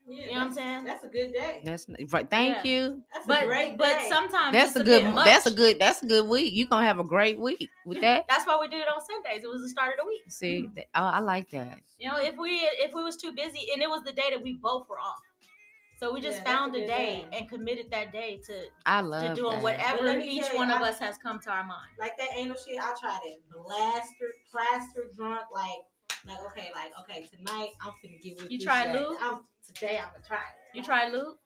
A: Yeah,
D: you know what I'm saying?
A: That's a good day.
E: That's right. Thank
D: Yeah.
E: you.
A: That's a
D: But
A: great
D: but
A: day.
D: sometimes
E: That's
D: it's
E: a
D: bit
E: good.
D: much.
E: That's a good. That's a good week. You gonna have a great week with that.
D: That's why we did it on Sundays. It was the start of the week.
E: See, th- oh, I like that.
D: You know, if we if we was too busy, and it was the day that we both were off, so we just
A: Yeah, that's
D: found
A: a
D: a
A: good
D: day
A: day.
D: and committed that day to
E: I
D: to
E: love
D: doing
A: Well,
E: that.
D: whatever
A: let me
D: each
A: tell you,
D: one of
A: I-
D: us has come to our mind.
A: like that anal shit, I tried it. Blaster, plaster, drunk, like, like okay, like okay, tonight I'm finna get with
D: You
A: this
D: tried
A: shit.
D: lube?
A: I'm today I'm gonna try it.
D: You try Luke?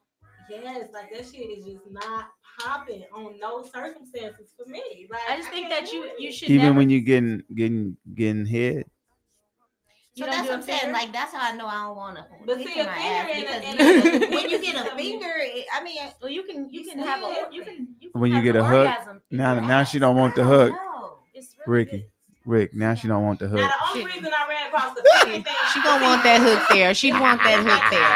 A: Yes, like that shit is just not popping on no circumstances for me. Like
D: I just think
A: can't
D: that
A: do
D: you
A: it.
D: you should
B: Even
D: never,
B: when you getting getting getting hit,
D: you don't
C: So
D: do
C: that's what
D: a
C: I'm saying.
D: finger?
C: Like that's how I know I don't want to.
A: But see, a finger in a-
C: because
A: in a-
C: when you get a finger, it- I mean,
D: well you can you
C: It's
D: can have a
C: good.
D: you can, you can
B: When you
D: have
B: get
D: an
B: a hook,
D: orgasm through
B: now
D: your
B: now
D: ass.
B: she don't want the
C: I
B: hook,
C: don't know.
D: It's really
B: Ricky. Rick. Now she don't want the
A: Now
B: hook.
A: the only
E: Shit.
A: reason I ran across the fucking thing,
E: She gonna want that hook there. She want that hook there.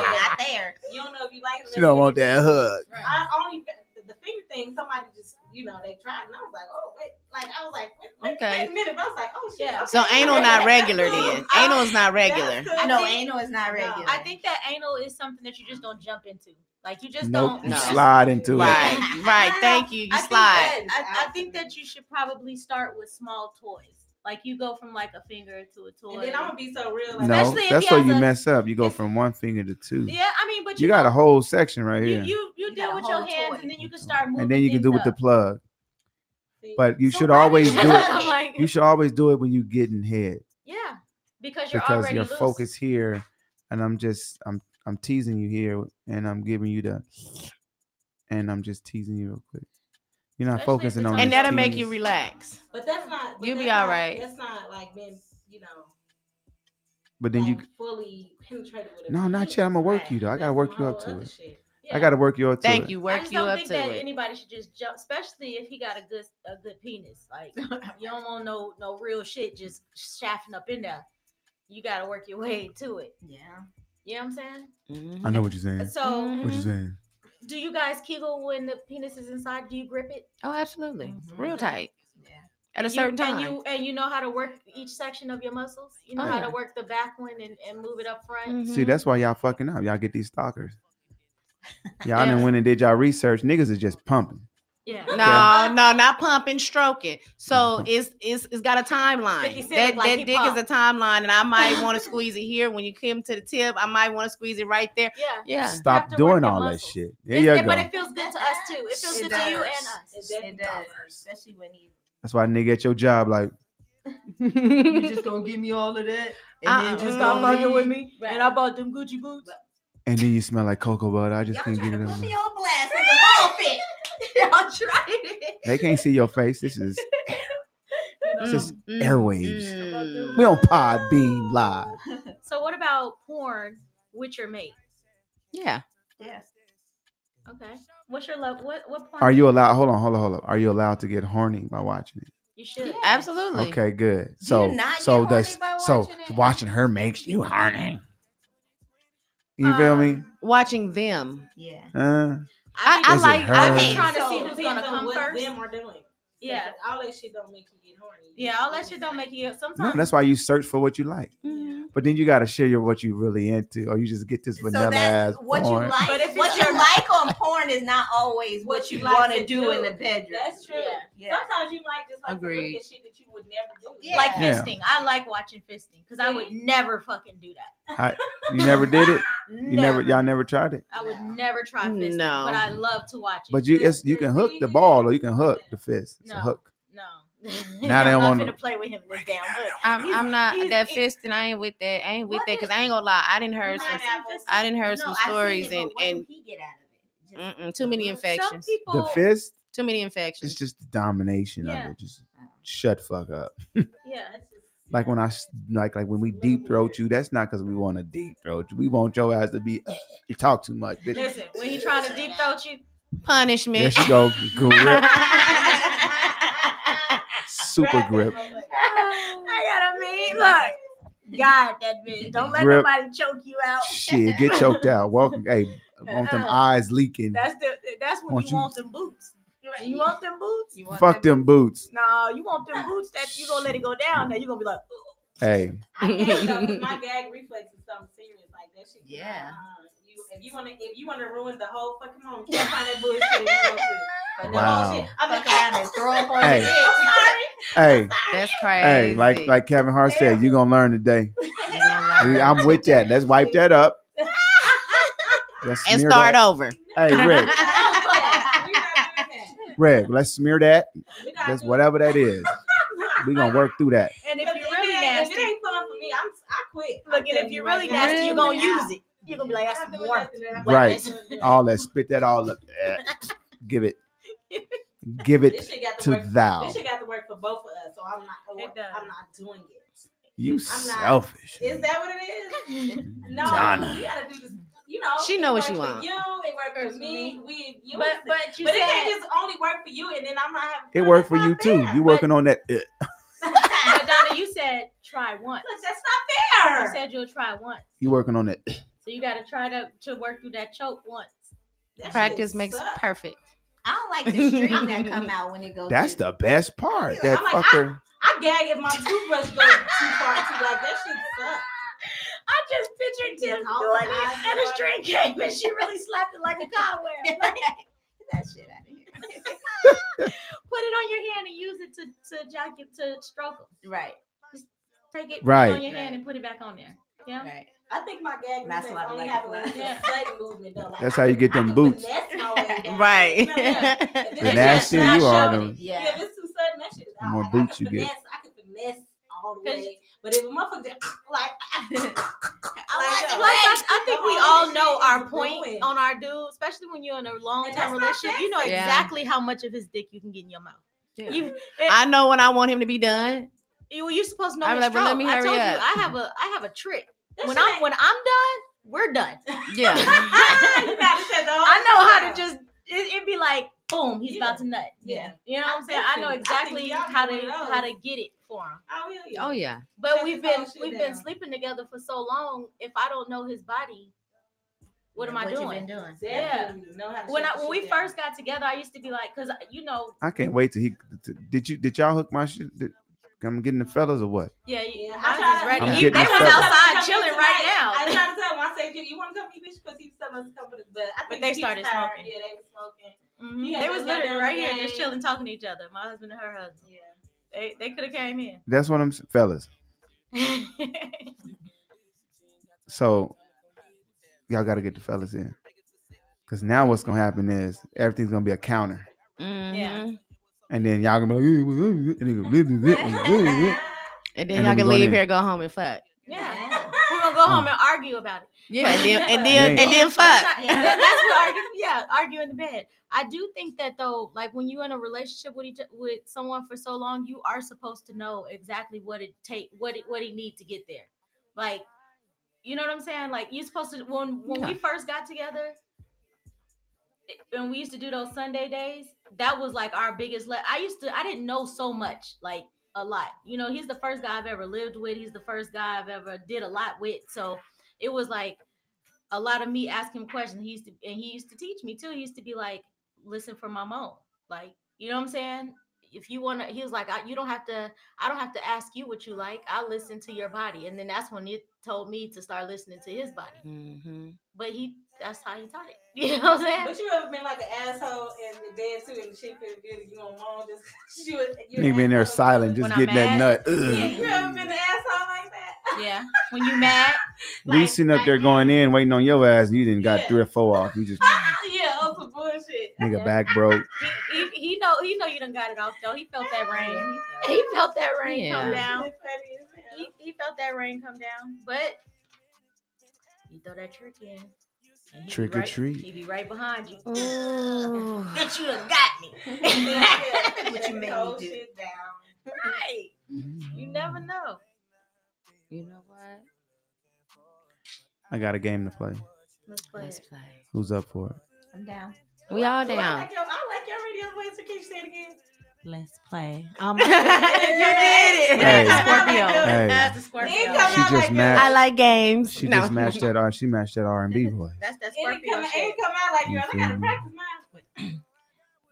C: Not there.
A: You don't know if you like it.
B: She don't want that hook.
A: I only the- the finger thing. Somebody just you know they tried, and I was like, oh wait, like I was like, wait, wait,
E: Okay.
A: wait a minute, but I was like, oh shit.
D: Yeah.
A: okay.
E: So anal not regular then.
A: I-
E: Anal is not regular.
A: That's
C: I
A: the-
C: know anal is not
A: No,
C: regular.
D: good. I think that anal is something that you just don't jump into. Like you just
B: Nope,
D: don't
B: you
E: No.
B: slide into it.
E: Right, right. Thank you. You
D: I
E: slide.
D: Think that, I, I think that you should probably start with small toys. Like you go from like a finger to a toy.
A: And then I'm gonna be so real. Like,
B: No,
D: Especially if
B: that's
D: he
B: where
D: has
B: you
D: a-
B: mess up. You go from one finger to two.
D: yeah, I mean, but you,
B: You got a
D: know,
B: whole section right
D: you,
B: here,
D: you you
C: You
D: deal
C: got a
D: with your
C: whole
D: hands,
C: toy.
D: and then you can start moving.
B: and then you can
D: things
B: do with the
D: up.
B: plug. But you should
D: Somebody-
B: always do it.
D: I'm like,
B: You should always do it when you getting hit
D: yeah, because you're
B: because
D: already
B: you're
D: loose.
B: focused here, and I'm just I'm I'm teasing you here, and I'm giving you the, and I'm just teasing you real quick. You're not
D: Especially if
B: focusing
D: it's
B: on
D: on
E: And
B: this
E: that'll make
B: tease.
E: you relax.
A: but that's not. but
E: You'll be
A: that's
E: all
A: not-
E: right.
A: That's not like being, you know,
B: But then you
A: like, fully penetrated with a
B: No, not
A: finger.
B: yet. I'ma work
A: Right.
B: you, though. I
A: That's
B: gotta
A: some
B: work you
A: whole
B: up to
A: other
B: it.
A: shit.
D: Yeah.
B: I got to work you up to
E: Thank
B: it.
E: you.
D: I
E: Work
D: just
E: you
D: don't
E: up
D: think that
E: to it.
D: anybody should just jump, especially if he got a good a good penis. Like you don't want no no real shit just shafting up in there. You got to work your way to it.
C: Yeah.
D: You know what I'm saying?
B: I know what you're saying.
D: So, mm-hmm.
E: Mhm.
B: What you saying?
D: do you guys kegel when the penis is inside? Do you grip it?
E: Oh, absolutely.
C: Mhm.
E: Real tight.
C: Yeah.
E: at a
D: Mm-hmm. You-
E: certain time. Oh,
D: And you and you know how to work each section of your muscles. You know how
E: Yeah.
D: to work the back one and, and move it up front.
E: Mhm.
B: See, that's why y'all fucking up. Y'all get these stalkers. Y'all
E: Yeah.
B: done went and did y'all research. Niggas is just pumping.
D: Yeah.
E: no,
D: Uh,
E: no, not pumping, stroking. So
C: Mm-hmm.
E: it's it's it's got a
D: 50
E: timeline.
D: Cent
E: That,
D: look like
E: that
D: he
E: dick is a
D: pumped.
E: timeline, and I might want to squeeze it here. When you come to the tip, I might want to squeeze it right there.
D: Yeah.
E: Yeah.
D: have
B: Stop
D: to
B: doing
D: work your
B: all that
D: muscles.
B: shit. There
D: It's-
B: you
D: it-
B: go.
D: but it feels good to us too. It feels
C: It
D: good to you and
C: does.
D: us.
C: It does, especially when you
B: That's why nigga at your job, like,
C: you just gonna give me all of that and
E: Uh-uh.
C: then just
E: Stop
C: gonna
D: Mm-hmm.
E: fucking with
C: me.
D: And I bought them Gucci boots.
B: and then you smell like cocoa butter. I just
C: Y'all
B: can't
C: trying
B: get
C: to
B: it
C: put
B: over.
C: me on blast in the ball pit. Y'all trying it.
B: They can't see your face. This is It's just
E: Mm,
B: airwaves.
E: mm.
B: We on pod beam live.
D: So what about porn with your mate?
E: Yeah.
C: Yes.
D: Okay. What's your love? What what porn?
B: Are you allowed? Hold on, hold on, hold on. Are you allowed to get horny by watching it?
D: You should.
C: Yeah.
E: Absolutely.
B: Okay, good. So,
C: not get
B: so
C: horny
B: that's
C: by
B: so
C: watching it?
B: watching her makes you horny. You feel me?
E: Watching them.
C: Yeah.
B: Uh,
E: I, I
B: Is it
E: like
B: her?
E: I
D: I'm
E: think
D: trying to
A: So
D: see
A: it
D: who's
A: depends
D: gonna
A: on
D: come
A: what
D: first.
A: Them are doing.
D: Yeah.
A: Because All that shit don't make you get horny.
D: Yeah. All that shit don't make you.
B: no,
D: Sometimes.
B: that's why you search for what you like.
E: Mhm.
B: But then you gotta share your what you really into, or you just get this
C: So
B: vanilla
C: that's
B: ass
C: what
B: porn.
C: you like.
D: But if it's
C: what you
D: your-
C: like on porn is not always what, you,
A: like
C: want to
A: to
C: do
A: do.
C: in the bedroom.
A: That's true.
D: Yeah.
C: Yeah.
A: Sometimes you like just like to look
E: Agreed.
A: at shit that you would never do.
C: Yeah.
D: Like
B: Yeah.
D: fisting. I like watching fisting because I would never fucking do that.
B: You never did it. You
D: never.
B: never, y'all never tried it.
D: I would never try fisting,
E: No.
D: but I love to watch it.
B: But you, it's you can hook the ball, or you can hook the fist. It's a
D: No.
B: hook.
D: no.
B: Now they
D: I'm not
B: wanna-
D: finna play with him this damn hook.
E: I'm,
D: He's-
E: I'm not
D: he's-
E: that
D: it-
E: fisting. I ain't with that. I ain't with
D: What
E: that because
D: is-
E: I ain't gonna lie. I didn't heard
D: I've
E: some.
D: seen
C: Pineapple.
E: I didn't heard
C: No,
E: some
C: I seen
E: stories
C: it, but
E: and
C: what
E: and Mm.
C: did he get out of it?
E: mm-mm, too many
D: Some
E: infections.
D: people.
B: The fist
E: Too many
B: It's
E: infections.
B: just the domination
D: Yeah.
B: of it. Just shut fuck up.
D: Yeah.
B: Like when I s- like like when we deep throat you, that's not because we want to deep throat you. We want your ass to be uh, you talk too much. Bitch.
D: Listen, when he trying to deep throat you,
B: There
E: Punishment.
B: she go, grip, super
A: Grab that
B: grip.
A: motherfucker.
D: I gotta mean, look, God, that bitch. Don't let
B: Grip.
D: nobody choke you out.
B: Shit, get choked out. Welcome, hey, want them eyes leaking.
D: That's the. That's when
B: Want
D: you,
B: you-
D: want them boots. You want them boots? You want
B: Fuck them boots.
D: No, you want them boots that you gonna let it go down. Now you gonna be like,
B: Hey,
A: I guess though, 'cause my gag reflex is something serious like that shit.
C: Yeah.
A: Uh, you, if you want to, if you want to ruin the whole fucking moment, you find that bullshit. You know, but the
B: Wow.
A: whole shit, I'm like,
C: Fuck around and throw up on
B: Hey.
C: his
A: I'm
C: head.
A: sorry.
B: hey,
E: That's crazy.
B: hey! Like like Kevin Hart said, you gonna learn today.
E: You gonna
B: We-
E: learn.
B: I'm with that. Let's wipe that up. Let's
E: and
B: smear
E: start
B: that.
E: over.
B: Hey, Rick,
A: We're not doing that.
B: Rick, let's smear that.
A: We're not
B: That's
A: doing
B: whatever that is.
A: that.
B: We gonna work through that.
D: and if
A: If
D: you're really
A: it ain't- if it
D: nasty,
A: ain't fun for me, I'm, I quit.
D: look, and if you're really nasty, you're gonna use it. You're gonna be like,
A: That's
D: that's warm.
B: Right.
A: Oh,
B: all that spit that all up Eh, give it give
A: this
B: it
A: shit got to
B: to
A: work.
B: thou
A: This shit got to work for both of us, so I'm not.
D: It does.
A: I'm not doing it.
B: you
A: I'm not-
B: selfish
A: Is that what it is? No,
B: Donna.
A: you gotta do this. You know,
E: She know
A: it
E: what she
A: worked for
E: want.
A: You, it worked
D: Works
A: for
D: for
A: me.
D: me.
A: We, you.
D: But but you
A: but it
D: said
A: can't just only work for you, and then I'm not having.
B: it
A: fun.
B: worked for
A: That's
B: you
A: not
B: too
A: fair.
B: you working on that eh.
D: But Donna, you said try once.
A: Look, that's not fair.
D: You said you'll try once.
B: you working on that eh.
D: So you gotta try to, to work through that choke once.
A: That shit
E: Practice makes
A: sucks.
E: perfect.
C: I don't like the stream that come out when it goes.
B: that's the best part that
A: I'm like,
B: fucker
A: I gag if my toothbrush goes too far. Too like that shit sucks.
D: I just pictured Tim
A: All
D: doing it,
A: eyes
D: and
A: wide.
D: a string came, and she really slapped it like a cobweb. Like,
C: that shit out of here.
D: put it on your hand and use it to to jog it to stroke 'em.
C: Right.
D: Take it, put
B: Right.
D: it on your hand, and put it back on there. Yeah.
C: Right.
A: I think my gag
C: That's
A: reflex
C: why I
A: only
C: like
A: happen
C: it.
A: when it's a sudden movement, though. Like,
B: That's
A: I
B: how you
A: can-
B: get
A: I
B: them
A: can
B: boots.
A: finesse my way down.
E: Right.
A: No, yeah. If
B: the
A: it's
B: nasty
A: just
B: you
A: not
B: are
A: showing-
B: them
C: Yeah.
A: Yeah, if it's too sudden, that shit is
B: The
A: out.
B: more
A: Like, I can
B: boots you get.
A: finesse, I can finesse all the way. But if a motherfucker just, like,
C: I
A: Like,
D: Plus,
C: like the
A: like,
D: I,
C: legs.
D: I think
A: No,
D: we
A: all
D: all
A: this
D: know
A: shit
D: our
A: is
D: point
A: ruined.
D: on our dude, especially when you're in a long
A: that's
D: term
A: not
D: relationship. You know
A: sexy.
E: Yeah.
D: exactly how much of his dick you can get in your mouth. You,
E: I know when I want him to be done.
D: you you're supposed to know.
E: I'm
D: your
E: like, well, let
D: stroke.
E: me
D: I
E: hurry
D: told
E: up.
D: you I have a I have a trick.
A: that
D: When
A: shit
D: I'm
A: ain't- Ah,
D: when I'm done, we're done.
E: Yeah.
A: you gotta set the whole
D: I know
A: thing
D: how to just it, it'd be like boom, he's
A: Yeah.
D: about to nut.
A: Yeah.
D: you know what I'm saying. I know
A: I think- I think
D: exactly
A: y'all
D: how
A: know
D: to
A: one of
D: how to
A: those.
D: get it for him.
A: Oh, yeah, yeah.
E: Oh yeah.
D: But
A: Check
D: we've
A: his whole
D: been
A: shit
D: we've
A: down.
D: been sleeping together for so long. If I don't know his body, What am I
F: what you
D: doing?
F: been doing?
D: Yeah.
A: Definitely know how to
D: When I
A: shut
D: when
A: the
D: we
A: shit
D: first got together, I used to be like, cause you know,
B: I can't wait till he. t- Did you? Did y'all hook my shit? Did- I'm getting the fellas or what?
D: yeah,
A: Yeah,
D: yeah
A: I
D: mine's
A: tried
D: is
A: to-
D: ready.
B: I'm
D: You-
B: getting
D: they
B: myself-
D: went outside
A: Come
D: chilling
A: tonight.
D: right
A: I
D: now.
A: tried to tell him. I said, "You, you want to come meet me?" Because he was telling us to come, with us, but I think
D: But they
A: he was
D: started
A: tired.
D: smoking.
A: Yeah, they were smoking.
D: Mhm.
A: Yeah,
D: They
A: they
D: was
A: was out
D: literally
A: there
D: right here
A: all
D: just
A: day.
D: chilling, talking to each other. My husband and her husband.
A: Yeah.
D: They they could have came in.
B: That's what I'm s- fellas. So y'all got to get the fellas in, because now what's gonna happen is everything's gonna be a counter,
E: Mhm.
B: and then y'all gonna be like, and they gonna-
E: And then
B: And then we
E: y'all can
B: go
E: leave
B: in.
E: here, go home and fuck.
D: yeah, we're gonna go home and argue about it.
E: Yeah, and then and then
B: Yeah.
E: and then fuck.
D: That's not- that- that's what argue, yeah, argue in the bed. I do think that though, like when you're in a relationship with each with someone for so long, you are supposed to know exactly what it take, what it what it need to get there. Like, you know what I'm saying? Like you're supposed to when when we first got together. it- When we used to do those Sunday days, that was like our biggest. Le- I used to, I didn't know so much, like a lot. You know, he's the first guy I've ever lived with. He's the first guy I've ever did a lot with. So it was like a lot of me asking questions. He used to and he used to teach me too. He used to be like, listen for my mom. Like, you know what I'm saying? If you want to, he was like, I, you don't have to, I don't have to ask you what you like. I listen to your body. And then that's when it told me to start listening to his body.
E: Mm-hmm.
D: But he, that's how he taught it. You know what I'm saying?
A: But you ever been like an asshole in the bed too, and she feel good, you don't want just she was. you an
B: Nigga been there
A: asshole.
B: silent,
D: When
B: just
D: I'm
B: getting that
D: mad.
B: nut.
A: Yeah,
B: Ugh.
A: you ever been an asshole like that?
D: Yeah. When you mad.
B: We
D: like,
B: sitting up there
D: like,
B: going in, waiting on your ass, and you didn't got
A: Yeah.
B: three or four off. You just
A: yeah, up for bullshit.
B: nigga back broke.
D: He, he, he know, he know you done got it off though. He felt that rain. He felt that rain come
E: Yeah.
D: down.
A: It's funny as hell.
D: he, he felt that rain come down, but you throw that trick in. and he be
B: Trick or
D: right-
B: treat.
D: He be right behind you.
E: Ooh.
D: Bitch, you done got me.
A: Yeah,
C: What you made me
A: cold
C: do.
A: shit down.
D: right. You never know.
E: You know what?
B: I got a game to play.
D: Let's play
E: Let's
D: it.
E: play.
B: Who's up for it?
C: I'm down.
E: We all
A: Well, I
E: down.
A: like your, I like your radio voice. So Can you say it again?
D: Let's play. Um,
E: you did it.
B: Hey.
E: Scorpio.
B: Hey.
D: That's a
A: It
D: Scorpio.
A: come
B: She
A: out
B: just
A: like
B: mad.
A: your-
E: I like games.
B: She
E: no.
B: just matched that R. She matched that R and B voice.
D: That's that
A: It
D: Scorpio
A: come,
D: shit.
A: it come out like
B: You
A: yours. I
B: feel
A: gotta
B: me?
A: practice mine.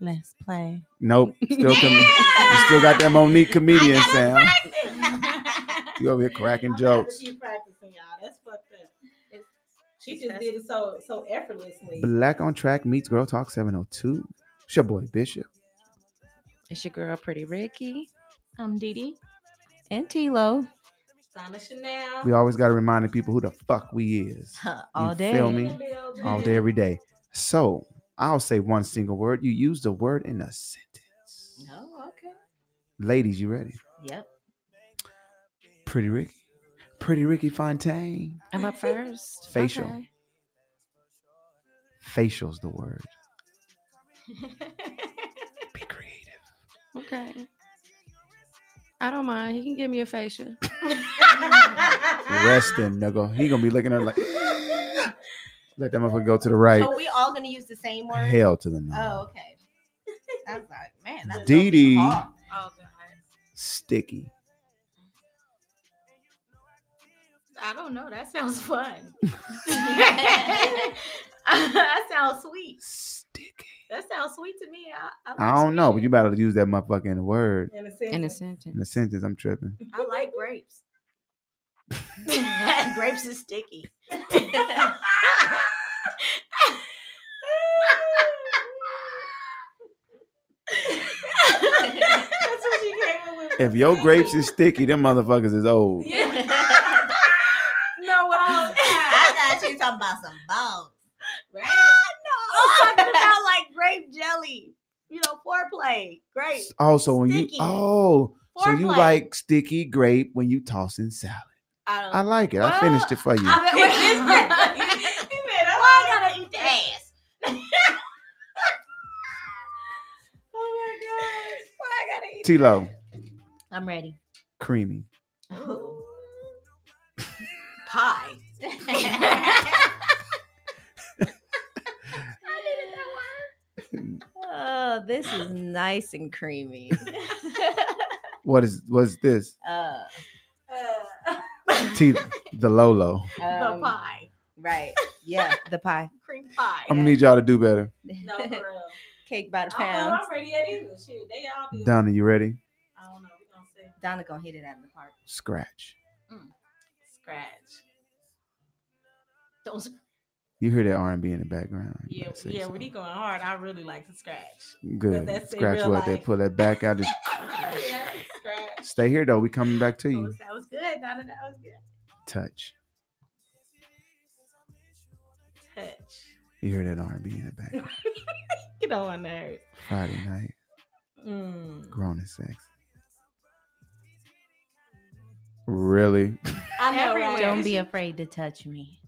D: Let's play.
B: Nope, still com- you still got that Monique comedian sound. You over here cracking
A: I'm
B: jokes.
A: She practicing, y'all. That's fucked up. She just did it so so effortlessly.
B: Black on Track meets Girl Talk 702. It's your boy Bishop.
E: It's your girl, Pretty Ricky,
D: I'm Um, Dee Dee.
E: and T-Lo
A: Donna Chanel.
B: We always got to remind the people who the fuck we is
E: Uh, all
B: You
E: day.
B: feel me? all day, every day. So I'll say one single word. You use the word in a sentence.
C: Oh, okay.
B: Ladies, you ready?
C: Yep.
B: Pretty Ricky. Pretty Ricky Fontaine.
E: I'm up first.
B: Facial.
E: Okay.
B: Facial's the word. Be creative.
E: okay. I don't mind. He can give me a facial.
B: Resting, nigga. He gonna be looking at her like let that motherfucker go to the right.
C: So we all gonna use the same word.
B: Hell to the no.
C: Oh, okay. I was like, man, that's
B: Dee Dee.
D: Oh god.
B: Sticky.
D: I don't know. That sounds fun. that sounds sweet.
B: Sticky.
D: That sounds sweet to me. I, I, like
B: I don't know,
D: sweet.
B: but you better use that motherfucking word
A: In a
E: In a
A: sentence.
E: sentence.
B: in a sentence. I'm tripping.
D: I like grapes. grapes is sticky.
A: That's what she came up with.
B: If your grapes is sticky, them motherfuckers is old.
A: Yeah. no, uh, what I'm
C: I thought you were talking about some Oh, balls.
D: Ah, I'm talking about like grape jelly. You know, foreplay. Grape.
B: Also, when
D: Sticky.
B: you oh, so you
D: Foreplay.
B: like sticky grape when you tossing salad.
D: I don't Ah,
B: I like it. I finished it for you.
D: I bet- what is that?
A: He made up.
D: Why I gotta eat the ass?
A: Oh my gosh.
D: Why I gotta eat?
B: Tilo,
D: I'm ready.
B: creamy.
D: Pie.
E: Oh, this is nice and creamy.
B: What is what's this?
E: Uh,
A: Uh,
B: T the Lolo.
D: the pie.
C: um, Right. Yeah. The pie.
D: cream pie.
B: I'm gonna need y'all to do better.
A: No, for real.
C: Cake by the
A: I don't know.
C: pound.
A: I'm ready yet either. Shit, they all do.
B: Donna, you ready?
A: I don't know. We gonna see.
C: Donna gonna hit it out of the park.
B: Scratch.
A: Scratch.
D: Those-
B: You hear that R&B in the background.
A: Yeah,
B: That's it,
A: yeah.
B: so.
A: When he going hard, I really like to scratch.
B: Good.
A: that's in
B: Scratch
A: real
B: what? They
A: life.
B: pull that back out. Just
A: yeah, scratch.
B: stay here though. We coming back to
A: That was,
B: you.
A: that was good. Donna, that was good.
B: Touch.
A: Touch.
B: You hear that R&B in the background.
A: You know my nerves.
B: Friday night,
A: Mm.
B: grown and sex. Really?
D: I know, right?
E: Don't be afraid to touch me.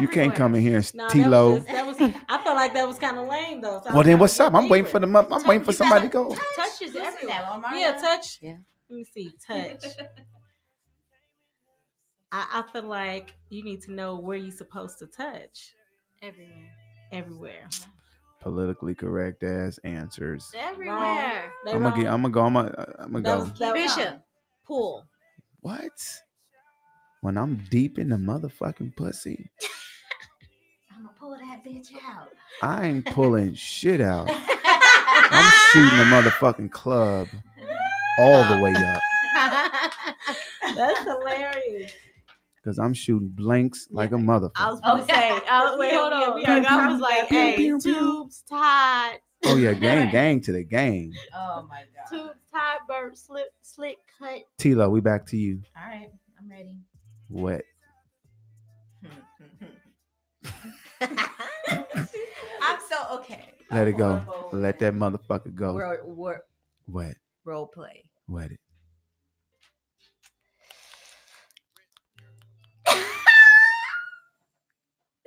B: You can't
D: Everywhere.
B: come in here and
A: No,
B: T-Lo.
A: That was, just- that was. I felt like that was kind of lame though. so I
B: Well
A: was
B: then,
A: trying
B: what's
A: to
B: up? I'm waiting
A: figure
B: for the month. I'm waiting for
A: You
B: somebody to
A: gotta
B: go.
D: Touch is
A: Listen,
D: everywhere.
A: it. Yeah, touch.
E: Yeah.
A: Let me see. Touch. I, I feel like you need to know where you're supposed to touch
D: Everywhere.
A: everywhere.
B: Politically correct ass answers.
D: Everywhere.
A: They
B: I'm gonna get.
A: wrong.
B: I'm gonna go. I'm gonna. I'm gonna
A: That
B: go.
A: was- that was-
D: Bishop. Pool.
B: What? When I'm deep in the motherfucking pussy,
C: I'm gonna pull that bitch out.
B: I ain't pulling shit out. I'm shooting the motherfucking club all the way up
A: That's hilarious.
B: because I'm shooting blanks like a
D: I
B: motherfucker.
D: was gonna say. I
A: Oh,
D: was, wait, hold on. I was like, hey, tubes tied,
B: Oh yeah, gang, gang to the gang.
C: Oh my god.
D: tubes tied, burp, slip, slick, cut.
B: Tilo, we back to you.
C: All right, I'm ready.
B: What?
C: I'm so okay.
B: Let it go. Let that motherfucker go.
C: Role, wor-
B: What?
C: role play.
B: What? it.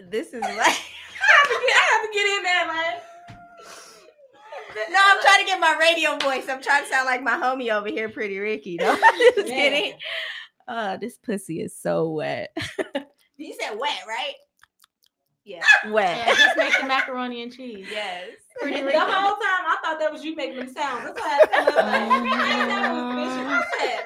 C: This is like.
A: I have to get in there, like.
C: No, I'm trying to get my radio voice. I'm trying to sound like my homie over here, Pretty Ricky. No, just kidding. Oh, this pussy is so wet.
F: You said wet, right?
D: Yeah,
C: Wet.
D: just make the macaroni and cheese.
C: yes.
A: The whole time I thought that was you making them sounds. That's why I said, like, I didn't know it was Bishop.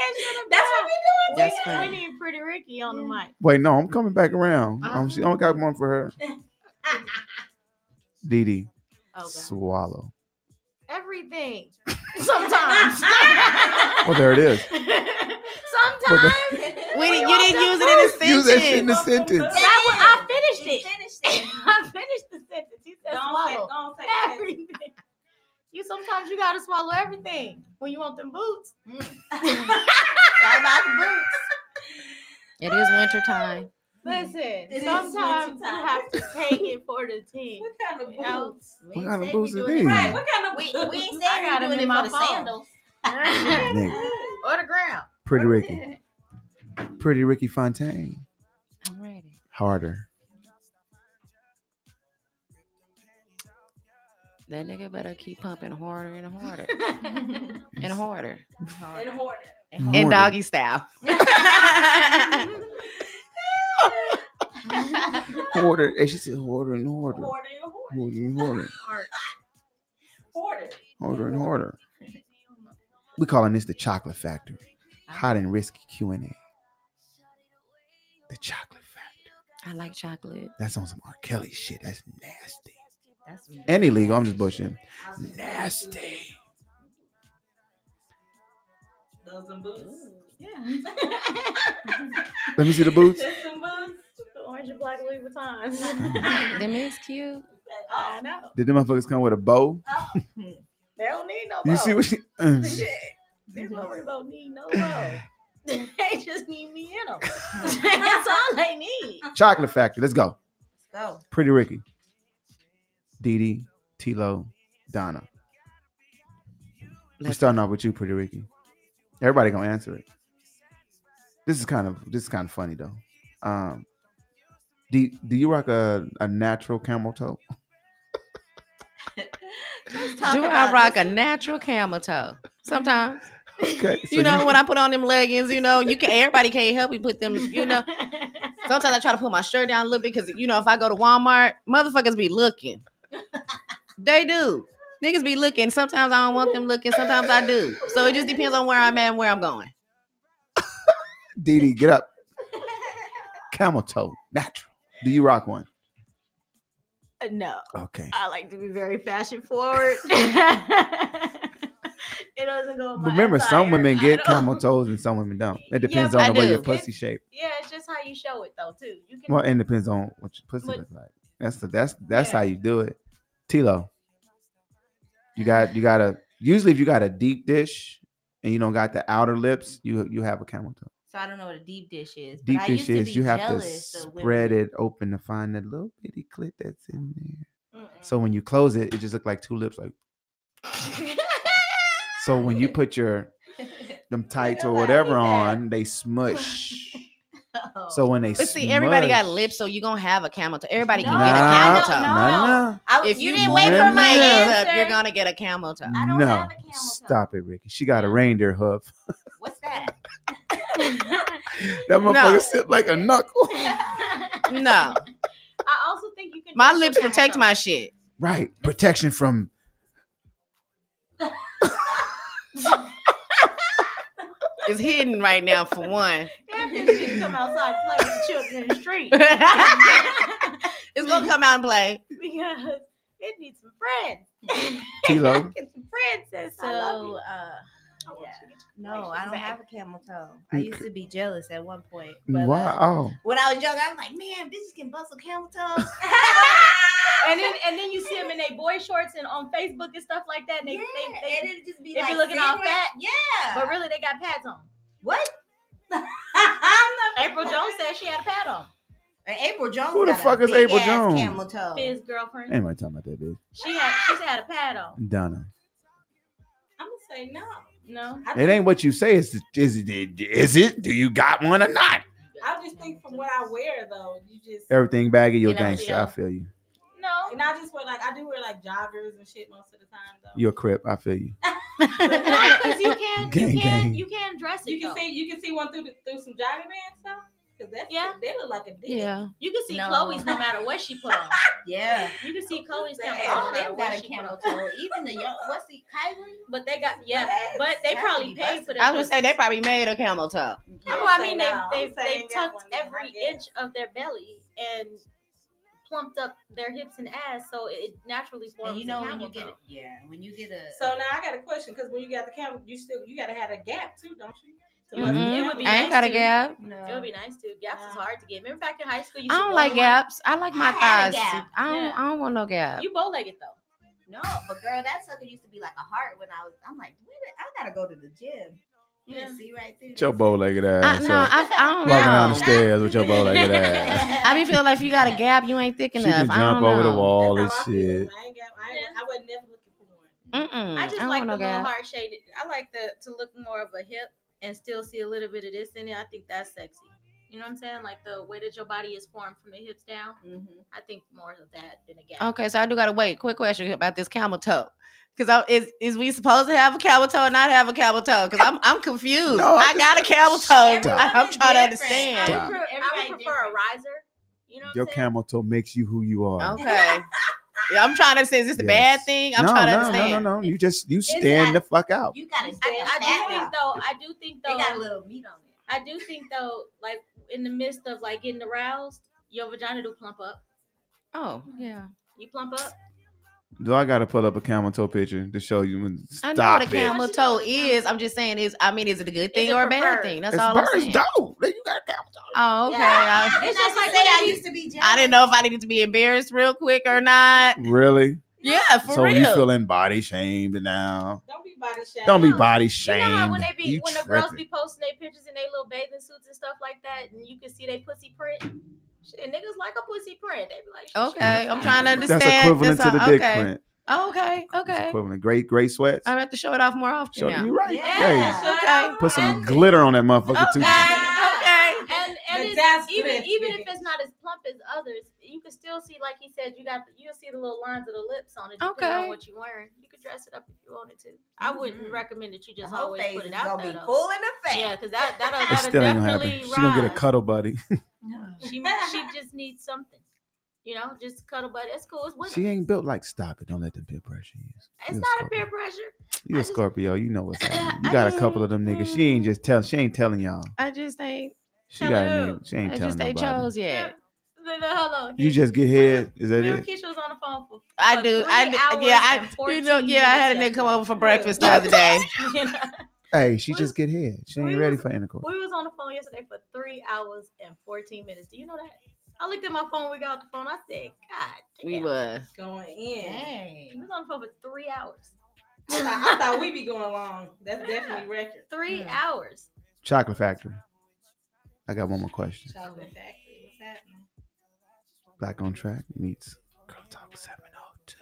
A: I said,
D: That's what we doing.
E: That's
D: we,
E: funny.
D: we need Pretty Ricky on the mic.
B: Wait, no, I'm coming back around. Um, she only got one for her. Dee Dee,
D: Oh God.
B: swallow.
D: Everything. Sometimes.
B: Oh, there it is.
D: Sometimes.
E: We, you didn't use it in a
B: Use that shit in
E: sentence.
B: the sentence.
D: That was, I
F: You
D: finished it.
F: finished it.
D: I finished the sentence. He said
A: don't say,
D: swallow
A: don't say that.
D: everything. You sometimes you gotta swallow everything when you want them boots.
C: Sorry about the boots.
E: It is winter time.
D: Listen,
A: is
D: sometimes you
A: winter time.
D: have to take it for the team.
A: What kind of boots?
D: Else-
B: What kind of boots are
A: Right,
B: these?
A: what kind of
F: We,
A: boots?
F: we ain't
D: I got
F: saying we
D: 'em
F: doing
D: in
F: it
D: my
F: for the
D: phone.
F: sandals.
B: Nigga.
D: or the ground.
B: Pretty Ricky. Pretty Ricky Fontaine.
E: I'm ready.
B: Harder.
E: That nigga better keep pumping harder and harder and harder
A: And hoarded.
E: and
B: Harder.
E: doggy style.
B: Harder. And she said harder and harder.
A: Hoarded and hoarded.
B: Harder and harder.
A: Hoarded.
B: Harder and harder. We calling this the chocolate factory. Hot and risky Q and A. The chocolate factory.
E: I like chocolate.
B: That's on some R. Kelly shit. That's nasty.
C: That's
B: And illegal. I'm just bushing. Nasty.
A: Those and boots.
B: Let me see the boots.
A: Just some boots.
D: The orange and black Louis Vuittons.
E: Them is cute.
D: I know.
B: Did the motherfuckers come with a bow?
D: They don't need no
B: You see
D: bow.
B: what she uh,
D: These motherfuckers don't need no bow. they just need me in them. That's all they need.
B: chocolate factory. Let's go.
C: so.
B: Pretty Ricky. Dee Dee, Tilo, Donna. We're
E: Let's-
B: starting off with you, Pretty Ricky. Everybody gonna answer it. This is kind of this is kind of funny though. Um, do do you rock a, a natural camel toe?
C: Let's talk
E: Do I
C: about
E: rock
C: this.
E: a natural camel toe? Sometimes,
B: Okay, so
E: you know, when I put on them leggings, you know, you can everybody can't help me put them. You know, sometimes I try to put my shirt down a little bit because you know if I go to Walmart, motherfuckers be looking. They do. Niggas be looking. Sometimes I don't want them looking. Sometimes I do. So it just depends on where I'm at and where I'm going.
B: Dee Dee, get up. Camel toe, natural. Do you rock one?
D: Uh, No,
B: Okay.
D: I like to be very fashion forward. it doesn't go. with my
B: Remember, some
D: attire.
B: women
D: I
B: get
D: don't-
B: camel toes and some women don't. It
D: Yeah,
B: depends
D: but
B: on
E: I
B: the way
E: do.
B: your pussy shape.
D: Yeah, it's just how you show it though, too. You can.
B: Well, and depends on what your pussy
D: But-
B: looks like. That's the that's that's
D: Yeah.
B: how you do it. Tilo, you got you got to usually if you got a deep dish and you don't got the outer lips, you you have a camel toe.
C: So I don't know what a deep dish is. But
B: Deep
C: I
B: dish
C: used to
B: is
C: be
B: you have to
C: jealous of women.
B: spread it open to find that little bitty clit that's in there.
D: Mm-mm.
B: So when you close it, it just look like two lips. Like so, when you put your them tights or
C: Nobody
B: whatever
C: did that. Oh,
B: on, they smush. So when they
E: But see, everybody got
B: smush-
E: lips, so you're gonna have a camel toe. Everybody
B: Nah,
E: can get a
D: no,
E: camel toe.
B: nah,
D: no.
B: nah.
D: I,
E: If you,
B: you
E: didn't wait for
B: want
E: my
B: it.
E: answer, you're
D: Answer.
E: gonna get a camel toe.
D: I don't
B: no,
D: have a camel toe.
B: stop it, Ricky. She got a reindeer hoof.
C: What's that?
B: That
E: No.
B: motherfucker sit like a knuckle.
E: No,
D: I also think you can.
E: my
D: do
E: lips
D: something
E: protect
D: from-
E: my shit.
B: Right, protection from.
E: It's hidden right now for one.
D: Damn, this shit come outside and play with children in the street.
E: it's gonna come out and play.
D: because it needs some friends.
B: Tilo.
D: Get some friends. sis. I love
C: So
D: you.
C: uh
D: I want you to get
C: no, I don't have a camel toe. I used to be jealous at one point. But uh,
B: Wow.
C: when I was young, I was like, man, bitches can bustle camel toes.
D: and then and then you see them in their boy shorts and on Facebook and stuff like that. And they,
C: yeah,
D: they, they,
C: and it just be
D: they be
C: like
D: looking all
C: cigarette-
D: fat.
C: Yeah.
D: but really they got pads on.
C: what?
D: April Jones said she had a pad on.
C: And April Jones.
B: Who the
C: got a
B: fuck is
C: big
B: April
C: ass
B: Jones?
C: Camel toe.
D: His girlfriend.
B: Anybody talking about that bitch?
D: She had she's had a pad on.
B: Donna.
A: I'm gonna say no.
D: No.
A: I
B: It
A: think-
B: ain't what you say. It's is it is it? Do you got one or not?
A: I just think from what I wear though, you just
B: Everything baggy, you're
D: You know,
B: gangster. I
D: yeah.
B: feel you.
D: No.
A: and I just wear like I do wear like joggers and shit most of the time though.
B: You're a crip. I feel you.
D: Because you can
B: Gang,
D: you can
B: gang.
D: you can dress it.
A: You can
D: though.
A: see you can see one through the, through some jogging bands though, because that's
D: Yeah.
A: they look like a dick.
D: You can see
C: No.
D: Chloe's no matter what she put on.
C: Yeah.
D: You can see Chloe's
C: All
D: camel
C: of
D: toe. no matter
C: them got
D: what
C: a
D: she put
C: camel
D: on.
C: toe. Even the young, what's the Kyrie?
D: But they got yeah.
A: Yes.
D: But they
C: That
D: probably
C: would be
D: paid for that.
E: I was gonna say they probably made a camel toe.
D: No,
A: Yeah,
D: I
A: so
D: mean
A: no,
D: they
A: I'm
D: they they
A: saying that
D: tucked
A: one, I
D: every
A: guess.
D: inch of their belly and plumped up their hips and ass, so it naturally forms.
C: And you
D: a
C: know when
D: camel
C: you get,
D: toe.
C: yeah, when you get a.
A: So now I got a question because when you got the camera, you still you gotta have a gap too, don't you? To
E: Mhm.
A: bust the
D: Mm-hmm. It would
A: gap.
D: be I ain't nice got a to-
E: gap.
D: It would be nice to. Gaps is
A: Nah.
D: hard to get. Remember back in high school, you
E: I
D: used to
E: don't
D: bowl
E: like
D: one-
E: gaps. I like my
C: I had a
E: thighs.
C: gap.
E: I don't.
D: Yeah.
E: I don't want no gap.
D: You bow legged though.
C: No, but girl, that sucker used to be like a heart when I was. I'm like, wait, a- I gotta go to the gym. You
D: Yeah.
C: can see right through.
B: Get your
C: this.
B: bow legged
E: I,
B: ass.
E: no,
B: up.
E: I, I don't
B: Walking down the
E: know.
B: stairs with your bow legged ass.
E: I be feeling like if you got a gap, you ain't thick
B: She
E: enough.
B: can
E: I
B: jump
E: don't
B: over the
E: know.
B: wall and
A: That's how I feel.
B: shit.
A: I ain't got. I, ain't,
D: Yeah.
A: I was never looking for one.
E: Mm-mm,
D: I just
E: don't
D: like
E: want no
D: the little
E: gap.
D: hard shaded. I like the to look more of a hip and still see a little bit of this in it. I think that's sexy. You know what I'm saying? Like the way that your body is formed from the hips down.
C: Mhm.
D: I think more of that than a gap.
E: Okay, so I do gotta wait. Quick question about this camel toe. Cause I, is is we supposed to have a camel toe or not have a camel toe? Cause I'm I'm confused.
B: No, I
E: I got a camel toe.
B: Stop.
E: I'm trying to
D: I
E: understand.
B: Stop.
D: would, pre- I would
C: Everybody
D: prefer a riser. You know what
B: Your
D: I'm saying?
B: camel toe makes you who you are.
E: Okay. Yeah, I'm trying to understand. Is this a
B: Yes.
E: bad thing? I'm trying to understand.
B: No, no, no, You just you stand the fuck out.
C: You gotta stand
D: I, I do think
C: back.
D: though. I do think
C: They got a
D: though.
C: little meat on it.
D: I do think though. Like in the midst of like getting aroused, your vagina do plump up.
E: Oh, yeah.
D: You plump up.
B: Do I gotta pull up a camel toe picture to show you? when-
E: I
B: Stop
E: know what a
B: it.
E: camel
D: What you
E: toe
D: doing?
E: is. I'm just saying is I mean, is it a good thing
D: it
E: or a bad
D: preferred?
E: thing? That's
B: it's
E: all I'm
B: birds
E: saying.
B: dope. You got a camel toe.
E: Oh, okay.
D: Yeah.
E: I,
C: It's
D: It's
C: just
D: just
C: like
D: like
C: say
D: when
C: I
D: you-
C: used to be. Jealous.
E: I didn't know if I needed to be embarrassed real quick or not.
B: Really?
E: Yeah, for
B: so you
E: real.
B: feeling body shamed now?
A: Don't be body shy.
B: Don't be
D: No.
B: body
D: You
B: shamed.
D: know how when they be
B: You
D: when the girls
B: tripping.
D: be posting their pictures in their little bathing suits and stuff like that, and you can see they pussy print. Shit, niggas like a pussy print. They be like, shit,
E: Okay, I'm trying to understand.
B: That's equivalent
D: uh,
E: That's
B: to the
E: all-
B: dick
E: okay.
B: print.
E: Okay,
B: It's
E: okay.
B: equivalent. Great, great sweats.
D: Uh,
E: I'm about to show it off more often
B: Show
E: now.
B: you right.
C: Yeah.
B: Hey,
E: Okay.
B: put some glitter on that motherfucker too.
E: Okay, okay.
D: And and
A: The
D: it's,
A: jazz
D: even
A: print.
D: even if it's not as plump as others, you can still see, like he said, you got you'll see the little lines of the lips on it. Depending
E: Okay.
D: on what you're wearing, you could dress it up if you wanted to. I wouldn't
C: Mhm.
B: Mm-hmm.
D: recommend that you
C: The
D: just
C: whole
D: always
C: face
D: put
C: is
D: it out
C: gonna
D: there.
C: be
D: though.
C: full in the face.
D: Yeah, because that that'll,
B: It
D: that'll
B: still ain't gonna happen.
D: definitely
B: She gonna get a
D: rise.
B: cuddle buddy.
D: She might- she just needs something. You know, just cuddle, but it's cool. It's,
B: she
D: winter.
B: ain't built like. Stop it. Don't let them peer pressure you.
D: it's
B: you're
D: not a
B: so
D: peer
B: bad.
D: pressure.
B: You
D: I
B: a
D: just-
B: Scorpio, you know what's happening. You
D: I
B: got a
D: just-
B: couple of them niggas. She ain't just tell. She ain't telling y'all.
E: I just think
B: She
D: Tell
B: got
D: who?
B: name. She ain't
E: I
B: telling
E: just ain't
B: nobody.
E: chose yet.
D: No, no, hold on.
B: You just get head. Is that
D: Remember
B: it?
D: Keisha was on the phone for.
E: I
D: for
E: do. I
D: three
E: do. Yeah,
D: hours
E: I.
D: and
E: You know,
D: 14
E: yeah, I had a nigga
D: minutes
E: come over for
D: yesterday.
E: breakfast the other day.
D: You know,
B: Hey, she
D: What is-
B: just get head. She
D: what
B: ain't
D: is-
B: ready for intercourse.
D: we was on the phone yesterday for three hours and fourteen minutes. Do you know that? I looked at my phone. We got off the phone. I said, "God damn."
E: We was.
A: Going in.
D: We
C: Dang.
D: was on the phone for three hours.
A: I thought- I thought we be going long. That's definitely record.
D: Three
C: Hmm.
D: hours.
B: Chocolate factory. I got one more question.
A: Chocolate Factory. What's happening?
B: Black on track meets Girl Talk 702.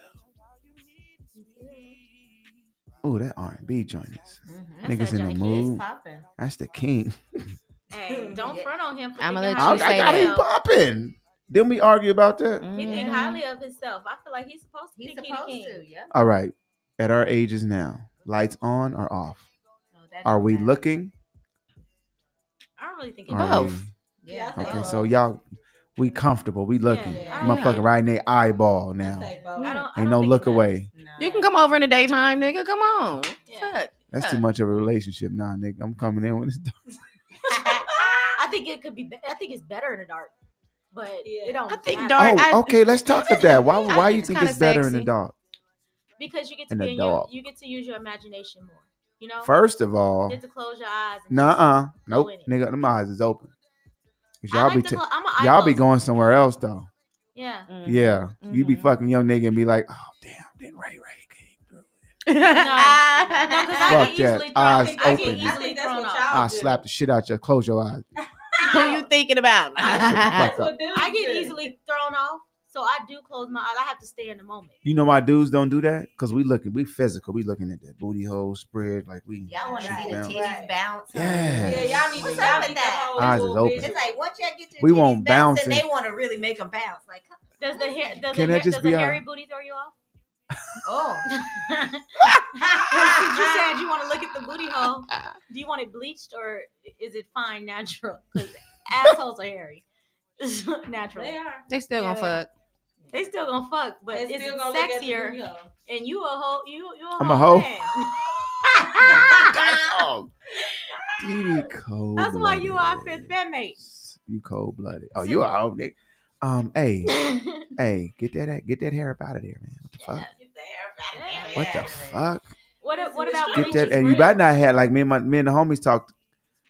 B: Oh, that R&B joint is.
C: Mhm.
D: That's
B: Niggas
D: that
B: in the
D: Johnny
B: mood.
C: Popping.
B: That's the king.
D: Hey, don't
C: Yeah.
D: front on him. For
E: I'ma
D: thinking
E: let
B: I,
E: you
D: highly
B: I
E: say
D: of
B: got him
E: that.
D: himself.
B: popping. Didn't we argue about that?
D: He think
E: Mhm.
D: highly of himself. I feel like he's supposed to
C: Mm-hmm.
D: be
C: He's
D: Kitty
C: supposed
D: King.
C: to. Yeah.
B: All right. At our ages now, lights on or off?
C: No, that
B: Are
C: don't
B: we
C: matter.
B: looking?
D: I don't really think he
B: Are
E: Both.
B: we-
C: Yeah.
A: I
B: Okay,
A: think
B: so y'all, we comfortable. We looking.
A: Yeah.
B: Motherfucker, right in their eyeball now.
A: I say both.
D: I don't, I
B: Ain't
D: don't
B: no
D: think
B: look
D: he does.
B: away.
C: No.
E: You can come over in the daytime, nigga. Come on.
D: Yeah.
E: Fuck.
B: That's too
E: Yeah.
B: much of a relationship now, nigga. I'm coming in when it's done.
D: I think it could be. be- I think it's better in the dark, but
A: Yeah.
D: it don't.
E: I think
D: matter
E: dark- All right, I-
B: Oh, okay. Let's talk about that. Why?
E: I
B: Why
E: think
B: you
E: it's
B: think
E: kinda
B: it's better in the
E: sexy.
B: dark?
D: because you get to
B: in Oh. the
D: be in your,
B: dark.
D: you get to use your imagination more. You know,
B: First of all,
D: you get to close your eyes. and just-
B: nah, uh, nope,
D: in it.
B: nigga. Them eyes is open. 'Cause
D: I
B: Y'all
D: like
B: be
D: to
B: ta-
D: clo- I'm a eye
B: y'all be
D: closer.
B: going somewhere else though.
D: Yeah.
B: Yeah, you be
D: Mm-hmm.
E: Mhm.
B: fucking your nigga and be like, oh damn, then Ray Ray came through.
E: Mm.
D: No, 'cause I
B: Fuck that.
D: can easily throw-
A: I
B: Eyes
A: think, I
B: open.
A: think, I think that's what y'all
B: I
A: do.
B: slapped the shit out your. Close your eyes.
E: Who you thinking about?
A: That's
B: Fuck up.
A: what dudes
D: I
A: do.
D: get easily thrown off, so I do close my eyes. I have to stay in the moment.
B: You know why dudes don't do that? Cause we looking, we physical. We looking at that booty hole spread like we.
C: Y'all want to
B: shoot
C: see the
B: down.
C: titties
A: Right.
C: bounce? huh?
A: Yeah,
B: Yeah.
A: y'all need
C: What's
A: to
C: up
A: y'all
C: with
A: need
C: that?
A: that.
B: Eyes is open.
C: It's like once y'all get your
B: We
C: we
B: won't
C: won't
B: bounce
C: bouncing,
B: it.
C: they want to really make them bounce. Like,
D: Does the hair? Does
B: Can that
D: the, hair,
B: just
D: does
B: be uh,
D: the
B: our-
D: hairy booty throw you off?
C: oh,
D: Since you said you want to look at the booty hole, do you want it bleached or is it fine natural? Because assholes are hairy. natural.
A: They are.
E: they still gonna
D: Yeah.
E: fuck.
D: They still gonna fuck, but
A: They
D: it's
A: still gonna look at the
D: sexier.
A: video.
D: and you a hoe. You you a
B: I'm a
D: hoe.
B: hoe.
D: man.
B: Damn. Diddy cold.
D: That's why you are a
B: blooded.
D: fifth bandmate.
B: You cold blooded. Oh, you are old nigga. Um, hey, hey, get that get that hair up out of there, man. What the fuck? What the fuck?
D: What a- what about
B: Get
D: bleach
B: that
D: is
B: and you
D: real?
B: better not have like me and my me and the homies talked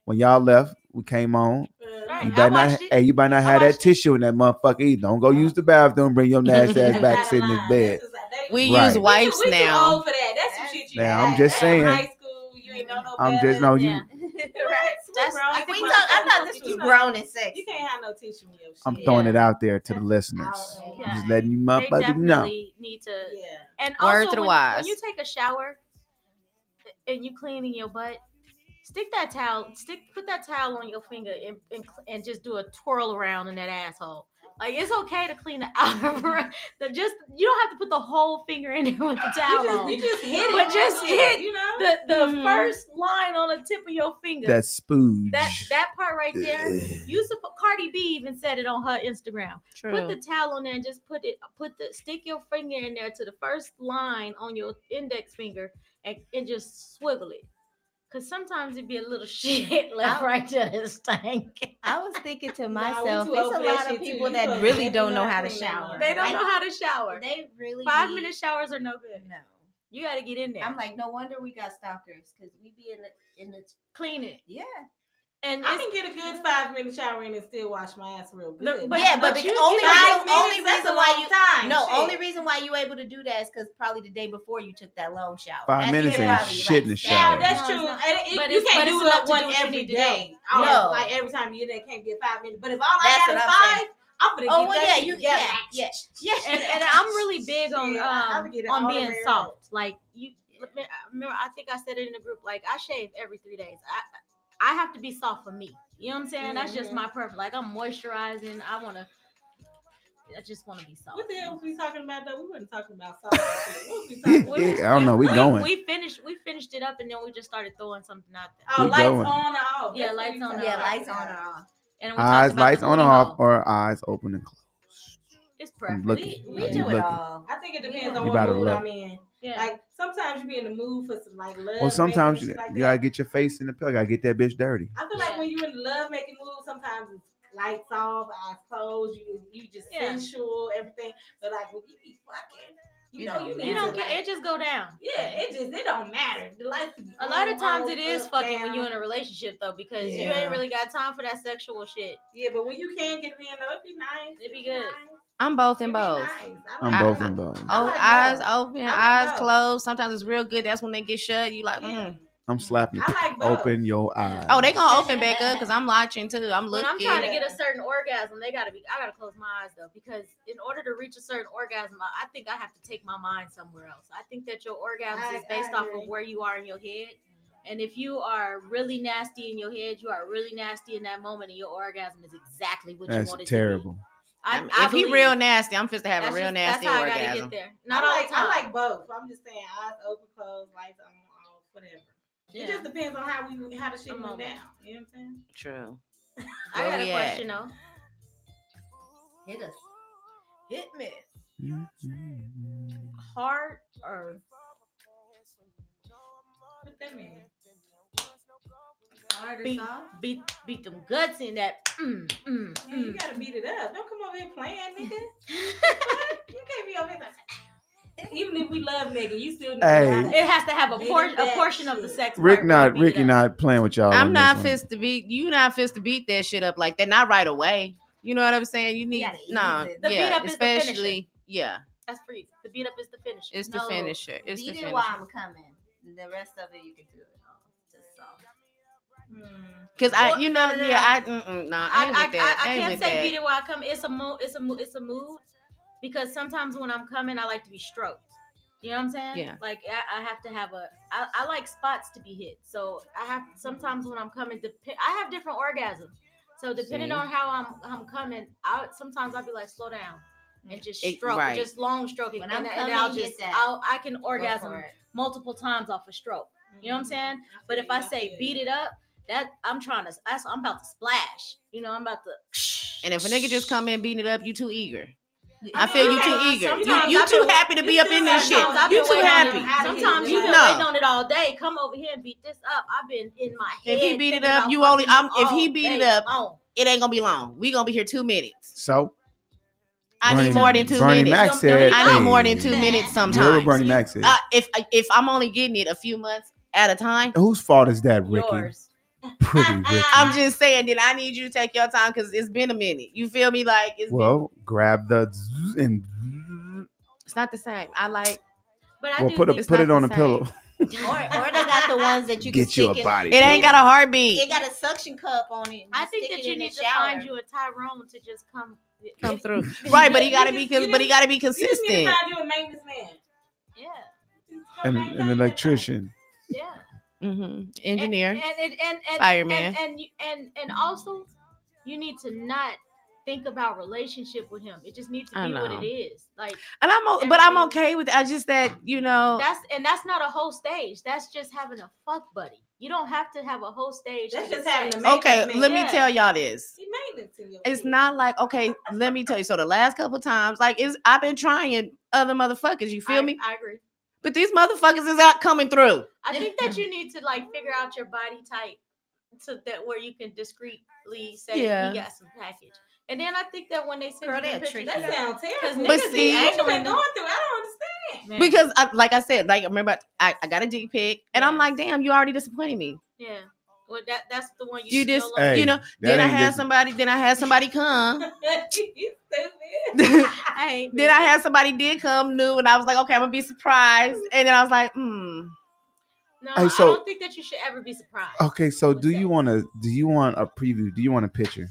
B: when y'all left. We came on.
A: Yeah.
D: Right.
B: You
D: I
B: better not.
D: watched it.
B: Hey, you better not have that
D: watched it.
B: tissue in that motherfucker either. Don't go use the bathroom. Bring your nasty ass back. Sit in this bed.
E: We
B: Right.
E: use
B: We
E: wipes
A: we too- we too
E: now.
A: old for that. That's some shit you
B: Now,
A: had.
B: I'm just
A: That in
B: saying.
A: High school, you ain't know no
B: I'm
A: better.
B: just no. You
D: Yeah.
A: Right.
D: That's-
A: Bro,
D: I
C: we
D: think
A: you can't
D: we're talking
C: talk, I thought
A: have
D: about
A: no
C: this
A: tissue
C: was
A: in your-
C: grown and sexy.
A: You can't have no tissue in your shit.
B: I'm throwing it out there to the listeners.
D: Yeah.
B: I'm just letting you
D: They
B: motherfuckers know.
D: definitely need to.
A: Yeah.
D: And
E: Word
D: also,
E: to the
D: when, when
E: wise.
D: you take a shower and you cleaning your butt, stick that towel, stick put that towel on your finger and and, cl- and just do a twirl around in that asshole. Like it's okay to clean the outer, the just you don't have to put the whole finger in there with the
A: You
D: towel.
A: just,
D: on.
A: you just hit it.
D: But just
A: Yeah,
D: hit
A: you know?
D: the the
E: Mhm.
D: first line on the tip of your finger.
B: That spooge.
D: that that part right there. You suppo- Cardi B even said it on her Instagram. Put the towel on there and just put it. Put the stick your finger in there to the first line on your index finger and, and just swivel it. Cause sometimes it'd be a little shit left
C: I-
D: right to the stank.
C: I was thinking
A: Nah,
C: to
A: we
C: myself,
A: too
C: there's
A: old
C: a
A: for that
C: lot
A: shit,
C: of
A: too.
C: people
A: You
C: that
A: supposed
C: really
A: to
C: don't know
A: not
C: how to
A: clean that
C: shower.
A: one.
D: They don't
C: I-
D: know how to shower.
C: They really
D: Five
C: be-
D: minute showers are no good.
C: No,
D: You got to get in there.
C: I'm like, no wonder we got stalkers because we be in the in the
D: clean it.
C: yeah.
D: And
A: I
D: it's-
A: can get a good five minute shower in and still wash my ass real good.
D: No,
A: Five
D: but-
C: yeah, but,
D: but
C: the
D: you-
C: only
A: minutes,
C: reason, only
A: that's
C: reason
A: a
C: why
A: long
C: you
A: time.
C: no
A: Shit.
C: only reason why you able to do that is because probably the day before you took that long shower.
B: Five
C: That's
B: minutes
A: ain't
C: probably,
B: shit in the
A: Yeah,
B: shower.
A: that's
D: No,
A: true.
D: it's
A: And it-
D: But
A: you
D: it's-
A: can't
D: but
A: do it up
D: it's enough to
A: one
D: do what you
A: every
D: need to
A: day.
D: do.
A: No.
C: No.
A: Like every time you get there, can't get five minutes. But if all
C: That's
A: I got
C: what
A: is
C: I'm
A: five,
C: saying.
A: I'm gonna
C: Oh
A: get
C: well,
A: that
C: yeah, you
A: shit
C: yeah,
A: together.
C: yeah,
D: Yeah, and, and I'm really big on
A: Yeah, I- I
D: um
A: would get it
D: on
A: all the
D: being
A: way around.
D: soft. Like you I remember, I think I said it in the group. Like I shave every three days. I I have to be soft for me. You know what I'm saying? That's just
A: Mhm.
D: my preference. Like I'm moisturizing. I wanna. I just wanna be soft.
A: What the hell was we talking about though? We weren't talking about soft shit. What was we talking about?
B: Yeah, I don't know, we
D: we,
B: going.
D: We finished. We finished it up, and then we just started throwing something out there.
A: Oh,
B: We
A: lights
B: going.
A: on or off.
D: Yeah,
A: That's what
D: lights
A: we
D: on or
A: talking
C: yeah.
D: off.
A: about.
C: Lights on or off.
D: And we talked
B: Eyes,
D: about the
B: lights on or
D: booty
B: off,
D: hole.
B: or eyes open and closed.
D: It's
B: I'm
D: preference.
B: looking.
C: We
B: Are
C: do
B: you
C: it
B: looking?
C: all.
A: I think it
C: You
A: depends
C: don't-
A: on
B: You
A: what
B: better
A: mood
B: look.
A: I'm in.
D: Yeah.
A: Like sometimes you be in the mood for some like love.
B: Well, sometimes
A: making and
B: you,
A: shit like
B: you
A: that.
B: gotta get your face in the pillow. Gotta get that bitch dirty.
A: I feel like when you in the love making mood, sometimes it's lights off, eyes closed, you you just
D: Yeah.
A: sensual, everything. But like when you be fucking, you,
C: You
A: know
C: don't-
A: you need
D: You don't
A: to,
D: get
A: like-
D: it. Just go down.
A: Yeah, it just it don't matter. The lights be
D: A lot
A: on,
D: of times
A: off,
D: it is
A: up,
D: fucking when
A: down.
D: you're in a relationship though, because you
C: Yeah.
D: ain't really got time for that sexual shit.
A: Yeah, but when you can get it in, though, it'd be nice.
D: It'd be good.
A: nice.
E: I'm both
A: It'd
E: and
A: be
E: both.
A: nice. I
B: I'm
A: like-
B: both
A: I-
B: and both.
A: I
E: Oh,
A: like
E: eyes
A: both.
E: open,
A: like
E: eyes
A: both.
E: closed. Sometimes it's real good. That's when they get shut. You like,
A: Yeah.
E: mm.
B: I'm slapping. it.
A: I like both.
B: Open your eyes.
E: oh, they gonna open back up because I'm watching too. I'm
D: When
E: looking.
D: I'm trying to get a certain orgasm, they gotta be. I gotta close my eyes though, because in order to reach a certain orgasm, I, I think I have to take my mind somewhere else. I think that your orgasm
A: I-
D: is based
A: I
D: off
A: agree.
D: of where you are in your head, and if you are really nasty in your head, you are really nasty in that moment, and your orgasm is exactly what you
B: That's
D: want it
B: terrible.
D: to be.
E: I'm-
D: I, I
E: if he
D: believe.
E: real nasty, I'm supposed to have
D: That's
E: a real
D: just-
E: nasty
D: that's how I gotta
E: orgasm.
D: get there. Not
A: I
D: all
A: like
D: the time.
A: I like both. I'm just saying eyes open, closed, lights on, off, whatever.
D: Yeah.
A: It just depends on how we how the shit
D: Come on.
A: went down. You know what I'm saying?
E: True.
D: I
E: Where
D: got a
E: we at?
D: question though.
C: Hit us. Hit me.
D: Hard or
A: What that mean?
D: beat, beat beat them guts in that. Mm, mm,
A: Man, you
D: mm.
A: gotta beat it up. Don't come over here playing, nigga. What? you can't be over here. Like, even if we love nigga, you still need
B: Hey.
A: to
D: It has to have a
A: Beat
D: portion a
A: that
D: portion of the
A: shit.
D: sex.
B: Rick
D: part,
B: not
D: beat it
B: Ricky
D: up.
B: not playing with y'all.
E: I'm
B: on this
E: not
B: one.
E: fist to beat you. Not fist to beat that shit up like that. Not right away. You know what I'm saying? You need
C: gotta ease
E: no.
C: it.
D: The beat
E: Yeah,
D: up is the finisher.
E: especially yeah.
D: That's free. The beat up is the finish.
E: It's
C: No,
E: the finisher. It's the
C: Beat
E: finisher.
C: it while I'm coming. The rest of it you can do it all. Just so.
E: Cause I,
D: Well,
E: you know,
D: no, no,
E: yeah, I, mm-mm, nah, I,
D: I,
E: ain't
D: I,
E: with that.
D: I, I
E: ain't
D: can't
E: with
D: say
E: that.
D: beat it while I come. It's a mo. It's a mo. It's a mood. Because sometimes when I'm coming, I like to be stroked. You know what I'm saying?
E: Yeah.
D: Like I, I have to have a. I, I like spots to be hit. So I have sometimes when I'm coming, dep- I have different orgasms. So depending
E: See?
D: on how I'm I'm coming, I sometimes I'll be like slow down and just
E: It-
D: stroke,
E: right.
D: just long stroking,
C: When
D: and,
C: I'm
D: and I'll
C: coming, hit
D: just
C: that.
D: I'll I can
C: Go
D: orgasm
C: for it. Mm-hmm.
D: multiple times off a stroke. You know what I'm saying? But if I say beat it up, that I'm trying to, that's, I'm about to splash. You know, I'm about to.
E: And if a nigga just come in beating it up, you too eager.
A: I
E: I
A: mean,
E: feel you too
A: sometimes-
E: eager. You,
A: sometimes
E: you
A: I've
E: too
A: been-
E: happy to be up in this shit.
A: sometimes I've
E: You
A: been
E: too
A: waiting on
E: happy.
A: him. I-
D: Sometimes you've been
E: No.
D: waiting on it all day. Come over here and beat this up. I've been in my head.
E: If he beat it
D: thinking
E: up,
D: about
E: you only-
D: fucking
E: I'm- if he
D: all
E: beat it
D: day
E: up,
D: long.
E: It ain't gonna be long. We gonna be here two minutes.
B: So
E: I need
B: Bernie-
E: more than two
B: Bernie
E: minutes.
B: Mac
D: Don't-
B: said,
D: don't-
E: I need more than
B: "Hey,
E: two minutes
B: you heard what
E: sometimes.
B: Bernie Mac said.
E: Uh, if if I'm only getting it a few months at a time,
B: Whose fault is that, Ricky?
D: Yours.
B: Pretty Ricky.
E: I'm just saying that I need you to take your time because it's been a minute. You feel me? Like it's,
B: well, grab the zzz and zzz.
E: it's not the same. I like
D: But I
B: well,
D: do
B: put a
D: think-
E: it's
B: put
E: not
B: it on
E: the
B: a pillow.
C: Or, or they got the ones that you can
B: Get you
C: stick
B: a
C: in-
B: body.
E: it ain't got a heartbeat.
C: It got a suction cup on it.
D: I think that you need to find you a Tyrone to just come.
E: Come through. Right, but he
A: You
E: gotta be
A: just-
E: cons-
A: you
E: but he
A: just-
E: gotta be
A: You just need to
E: consistent.
A: find you a maintenance man.
D: Yeah,
B: and an electrician.
D: yeah.
E: hmm Engineer.
D: And and and, and,
E: Fireman.
D: and and you- and and also, you need to not think about relationship with him. It just needs to
E: I
D: be what
E: know.
D: it is. Like
E: And I'm o- but I'm
D: Everything.
E: okay with I just that, you know,
D: that's and that's not a whole stage. That's just having a fuck buddy. You don't have to have a whole stage. to
A: That's
D: get
A: just having a
D: sex.
A: man.
E: okay,
A: maintenance
E: let
D: man.
E: me tell y'all this.
A: He maintenance to you.
E: It's not like okay, let me tell you. So the last couple times, like is I've been trying other motherfuckers, you feel
D: I-
E: me?
D: I agree.
E: But these motherfuckers is out coming through.
D: I think that you need to like figure out your body type so that where you can discreetly say
E: Yeah.
D: you got some package. And then I think that when they send
C: Girl,
D: you
C: they a
D: the picture,
C: tricky
A: That sounds terrible.
E: But
A: Niggas be
E: see-
A: actually going through. I don't understand.
D: Mm.
E: Because I, like I said, like remember I, I got a dick pic and I'm like, damn, you already disappointed me.
D: yeah, well that that's the one you,
E: You
D: should no
E: just-
D: longer-
E: you know, then I
B: ain't
E: had
B: just-
E: somebody, then I had somebody come.
A: you stupid.
E: then
D: I ain't
E: I had somebody did come new and I was like, okay, I'm gonna be surprised. And then I was like, hmm.
D: no.
B: Hey,
D: I
B: so-
D: don't think that you should ever be surprised.
B: Okay, so
D: What's
B: do
D: that?
B: you want to? Do you want a preview? Do you want a picture?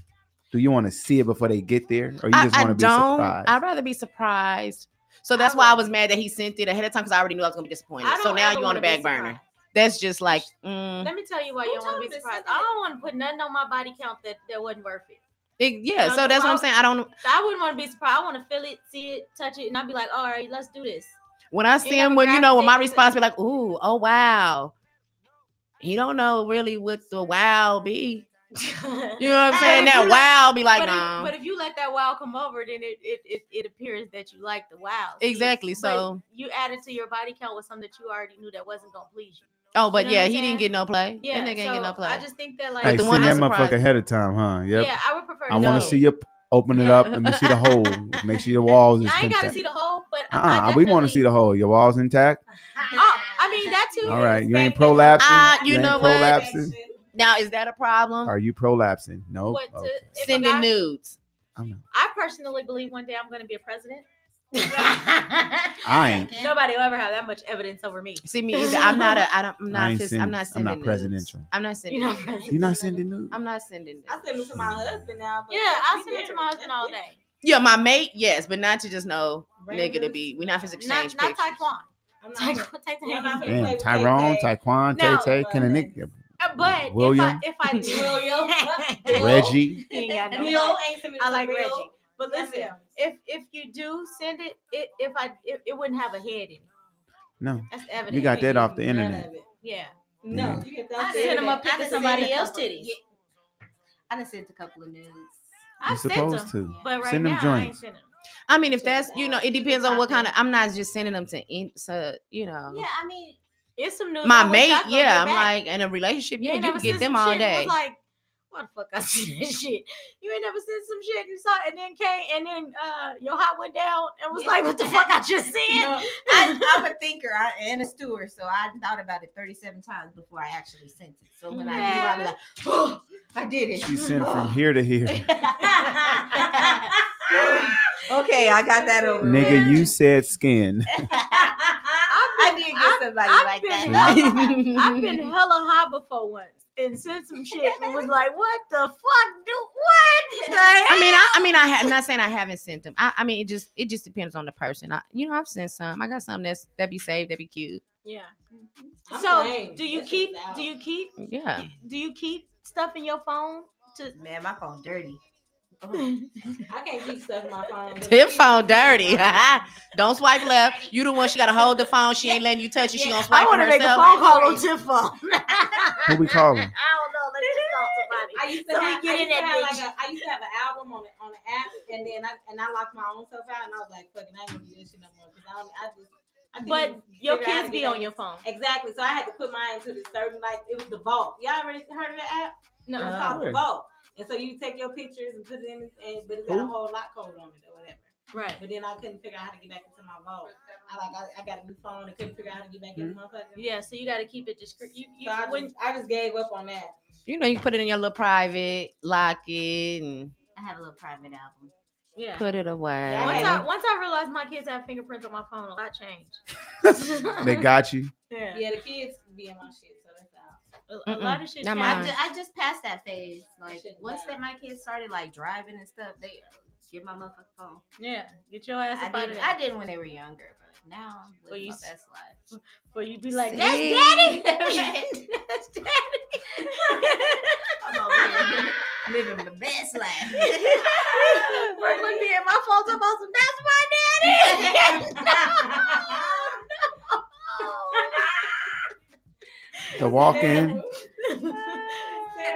B: Do you want to see it before they get there, or you
E: I,
B: just want
E: I
B: to be
E: don't.
B: surprised?
E: I'd rather be surprised. So that's
D: I
E: why I
D: would.
E: was mad that he sent it ahead of time because I already knew I was gonna be disappointed.
D: I don't
E: So now
D: ever
E: you on the
D: wanna be
E: back burner.
D: surprised.
E: That's just like, mm,
D: Let me tell you why
A: Who
D: you don't
A: told
D: want to
A: you
D: be
A: to
D: surprised.
A: send
D: I
A: it?
D: don't want to put nothing on my body count that that wasn't worth it.
E: it- yeah.
D: No,
E: so
D: no,
E: that's what
D: I'll-
E: I'm saying. I don't.
D: I wouldn't want to be surprised. I want to feel it, see it, touch it, and I'd be like, all right, let's do this.
E: When I see
D: know,
E: him, when you know, when my
D: graphic-
E: response be like, ooh, oh wow. You don't know really what the wow be. You know what I'm saying? That wow be like,
D: but,
E: nah.
D: if, but if you let that wow come over, then it it, it, it appears that you like the wow. See,
E: Exactly.
D: but
E: So, oh,
D: you added to your body count with something that you already knew that wasn't gonna please you.
E: oh, but
D: know what
E: yeah,
D: I'm
E: he
D: saying?
E: didn't get no play. Yeah, that
D: Yeah,
E: nigga ain't get
D: so
E: no play.
D: I just think that like
B: Hey,
E: the
B: send
E: one I
B: that
E: surprised.
B: motherfucker ahead of time, huh? Yep.
D: yeah, I would prefer.
B: I want
E: no.
B: to see you p- open it up and see the hole. Make sure your walls is
D: I ain't gotta
B: intact.
D: see the whole, but I- I
B: Uh-uh, we want to see
D: definitely-
B: the hole. Your walls intact.
D: Oh, I mean that too.
B: All right, you ain't
D: Back-
B: prolapsing.
D: back-
E: Ah, you
B: you ain't
E: know what?
B: prolapsing.
E: now, is that a problem?
B: Are you prolapsing? No.
D: What to-
B: Okay.
D: if a
E: Sending
D: guy-
E: nudes.
B: I'm not-
D: I personally believe one day I'm going to be a president.
B: I ain't.
D: Nobody will ever have that much evidence over me.
E: See me, either. I'm not a, I don't, I'm
B: I
E: not,
B: ain't
E: fis-
B: sending-
E: I'm not
B: I'm
E: sending.
B: not
E: nudes.
B: presidential.
E: I'm not sending.
D: You know,
E: nudes.
B: You're not sending news.
E: I'm not sending. nudes.
A: I send them to my husband now. But
D: yeah, I send it to my husband all day.
E: Yeah, my mate, yes, but not to just know nigga to be. We not just exchange
D: Not, not
E: pictures.
D: Taekwon.
A: I'm not,
D: Taekwon.
A: I'm not finna
D: Taekwon.
A: play
B: Damn,
A: with
B: Tyrone,
A: Tay-Tay.
B: Taekwon, Tay
D: No.
B: Tay, can a nigga,
D: Uh, But
B: William.
D: if I, if I
A: William.
D: Bill.
B: Reggie.
D: He ain't got no
A: Bill
D: money.
A: ain't sending
D: I
A: to
D: like
A: Bill.
D: Reggie. But
A: That's
D: listen,
A: him.
D: if if you do send it, it if I it, it wouldn't have a head in it.
B: No,
D: That's evidence.
B: you got that off the
A: None
B: internet.
A: of it.
D: Yeah.
A: No, you get that.
C: I
D: I sent him a
C: done
D: pic of
C: sent
D: somebody
C: a
D: else's
C: couple-
D: titties.
C: yeah. I done sent a couple of nudes.
D: I
B: You're
D: sent
B: supposed
D: them.
B: to.
D: But right
B: Send them
D: now, I ain't
B: joints.
D: sent them.
E: I mean, if that's you know, it depends on what kind of. I'm not just sending them to, in, so you know,
C: Yeah, I mean,
D: It's some news.
E: my
D: I wish
E: mate.
D: I could
E: Yeah,
D: get
E: I'm
D: back.
E: like in a relationship. Yeah,
D: ain't
E: you
D: never
E: can get
D: seen
E: them
D: some
E: all
D: shit and
E: day.
D: Was like, what the fuck? I seen this shit. You ain't never seen some shit and saw, and then came, and then uh, your hot went down and was like, what the fuck? I just seen.
C: No, I, I'm a thinker I, and a steward, so I thought about it 37 times before I actually sent it. So when I do,
D: Mm-hmm.
C: I was like, oh, I did it.
B: She sent from here to here.
C: okay, I got that over. with.
B: Nigga, you said skin.
C: I did get somebody
D: I've
C: like
D: been-
C: that.
D: I've been hella high before once and sent some shit and was like, what the fuck? Do what?
E: I mean, I, I mean, I have not saying I haven't sent them. I, I mean, it just it just depends on the person. I, you know, I've sent some. I got some that's that be saved, that be cute.
D: yeah.
A: I'm
D: So
A: lame.
D: do you
A: That shit's
D: keep?
A: out.
D: Do you keep?
E: Yeah,
D: Do you keep stuff in your phone? To
C: Man, my phone dirty.
A: I can't keep stuff in my phone.
E: Your phone dirty. don't swipe left. You the one she got to hold the phone. She ain't letting you touch it. She gonna swipe
D: I
E: it
D: want to make a
E: herself.
D: phone call on Tiff phone.
B: Who we calling?
D: I don't know. Let's just call somebody.
A: I used to
D: So we
A: have,
D: get
A: I
D: in
A: used to
D: that
A: have
D: bitch.
A: like a, I used to have an album on the on the app, and then I and I locked my own stuff out, and I was like, "Fucking, I ain't gonna do this shit no more." Because I, don't- I just, I couldn't
D: But
A: even
D: your
A: figure out how
D: kids
A: to
D: be
A: get
D: on
A: it.
D: your phone.
A: Exactly. So I had to put mine into the certain like it was the vault. Y'all already heard of the app? No, it's called the
B: Where?
A: vault. And so you take your pictures and put it in, and but it got a whole lock code on it or whatever.
D: Right.
A: But then I couldn't figure out how to get back into my vault. I like I, I got a new phone and couldn't figure out how to get back
B: Hmm?
A: in my fucking.
D: Yeah, so you got to keep it discreet. You, you,
A: So I
D: when,
A: just, I just gave up on that.
E: You know, you put it in your little private, lock it, and
C: I have a little private album.
D: yeah.
E: put it away.
A: Yeah,
D: Once I, once I realized my kids have fingerprints on my phone, a lot changed.
B: They got you.
D: yeah.
A: Yeah, the kids be in my shit, so that's out.
D: A, a lot of shit
E: Not
C: I,
E: mine.
D: changed.
C: ju- I just passed that phase. Like
A: Shouldn't
C: once
A: matter.
C: that my kids started like driving and stuff, they get my motherfucking phone.
D: Yeah. Get your ass
C: I
D: up out of
C: did, I
D: there.
C: did when they were younger, but now I'm
D: Well,
C: living
D: you
C: my
D: s-
C: best life.
D: But you be like,
E: See?
D: that's daddy. that's
C: I'm over here living my best life.
D: daddy. We're looking at my phone's up on some, that's my
B: The walk in.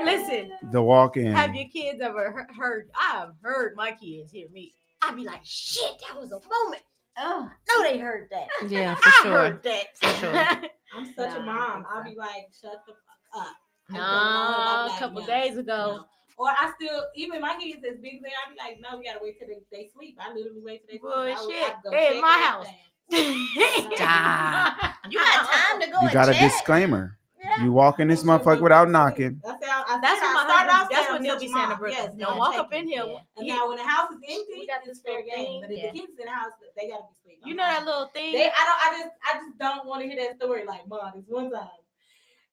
D: Listen,
B: The walk
D: have
B: in.
D: your kids ever heard, heard? I've heard my kids hear me. I'd be like, shit, that was a moment.
C: Oh,
D: No, they heard that.
E: Yeah, for
D: I
E: sure.
D: heard that.
E: sure.
A: I'm such a
C: Nah,
A: mom.
C: that's
A: I'll
C: fine.
A: be like, shut the fuck up. I don't know
D: no,
A: about
D: a couple
A: that now.
D: days ago.
A: No. Or I still, even my kids as big as they are, I be like, no, we gotta wait till they, they sleep. I literally wait till they sleep. I would-
D: Bullshit.
A: I'd go
D: They in
A: check
D: my house.
A: everything.
E: Stop.
C: you got time to go.
B: You
C: and
B: got a
C: check?
B: disclaimer. You walk in this motherfucker without knocking.
A: That's how. I,
D: That's
A: said I
D: what my
A: started
D: husband-
A: off
D: that's
A: saying
D: what
A: I'm
D: Neil
A: such
D: be
A: a
D: saying to
A: mom.
D: Brooker.
A: Yes,
D: Don't
A: no,
D: walk
A: take
D: up in
A: it.
D: here.
C: Yeah.
A: And now when the house is empty,
D: We got
A: it's
D: this
A: fair
D: fair
A: game.
D: game.
A: But if
C: Yeah.
A: the kids in the house, they gotta be sleep.
D: You know that little thing.
A: They, I don't. I just, I just don't want to hear that story. Like, mom, this one time.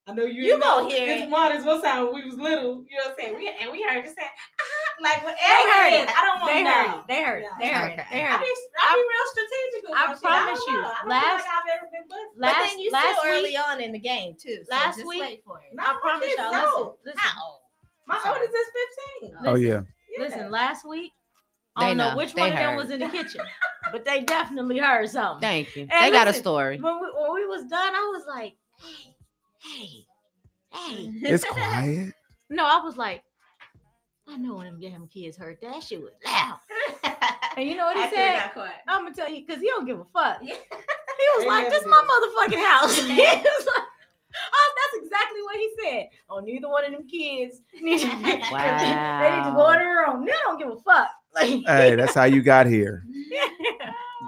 A: I know you.
D: You
A: know,
D: gonna hear
A: this
D: it.
A: mom. This one time when we was little. You know what I'm saying? We and we heard this. Ah, like whatever.
D: heard
A: it
D: it.
A: is, I don't want
D: they
A: to
D: heard.
A: know.
D: it, They heard. it, They heard. it,
E: Okay.
D: They
A: I
D: heard.
A: be,
D: it.
A: I be real strategic. with
D: I
A: my shit. I
D: promise
A: don't
D: you,
A: know. I don't
D: last-
A: feel like I've ever been busted.
C: But
D: Last
C: then you
D: last
C: still early
D: week,
C: on in the game too. So
D: last
C: just
D: week-
C: wait for it.
A: Not
D: I
A: my
D: promise
A: kids,
D: y'all.
A: no.
D: Listen, listen,
A: My
D: Sorry.
A: oldest is 15.
B: Oh yeah.
A: Yeah.
D: listen. Last week,
E: They
D: I don't know,
E: know.
D: which
E: They
D: one of them
E: heard.
D: was in the kitchen, but they definitely heard something.
E: Thank you. they
D: Hey,
E: got a
D: listen.
E: story.
D: When we, when we was done, I was like, hey, hey, hey.
B: It's quiet.
D: No, I was like, I know when them damn kids heard that shit was loud. And you know what he
F: After
D: said?
F: it got caught.
D: I'm gonna tell you because he don't give a fuck.
F: Yeah.
D: He was
A: They
D: like,
A: never
D: "This
A: do.
D: my motherfucking house." he was like, "Oh, that's exactly what he said." Oh, neither one of them kids need to. they need to go
E: Wow.
D: on their own. They don't give a fuck. Like,
B: Hey, that's how you got here. You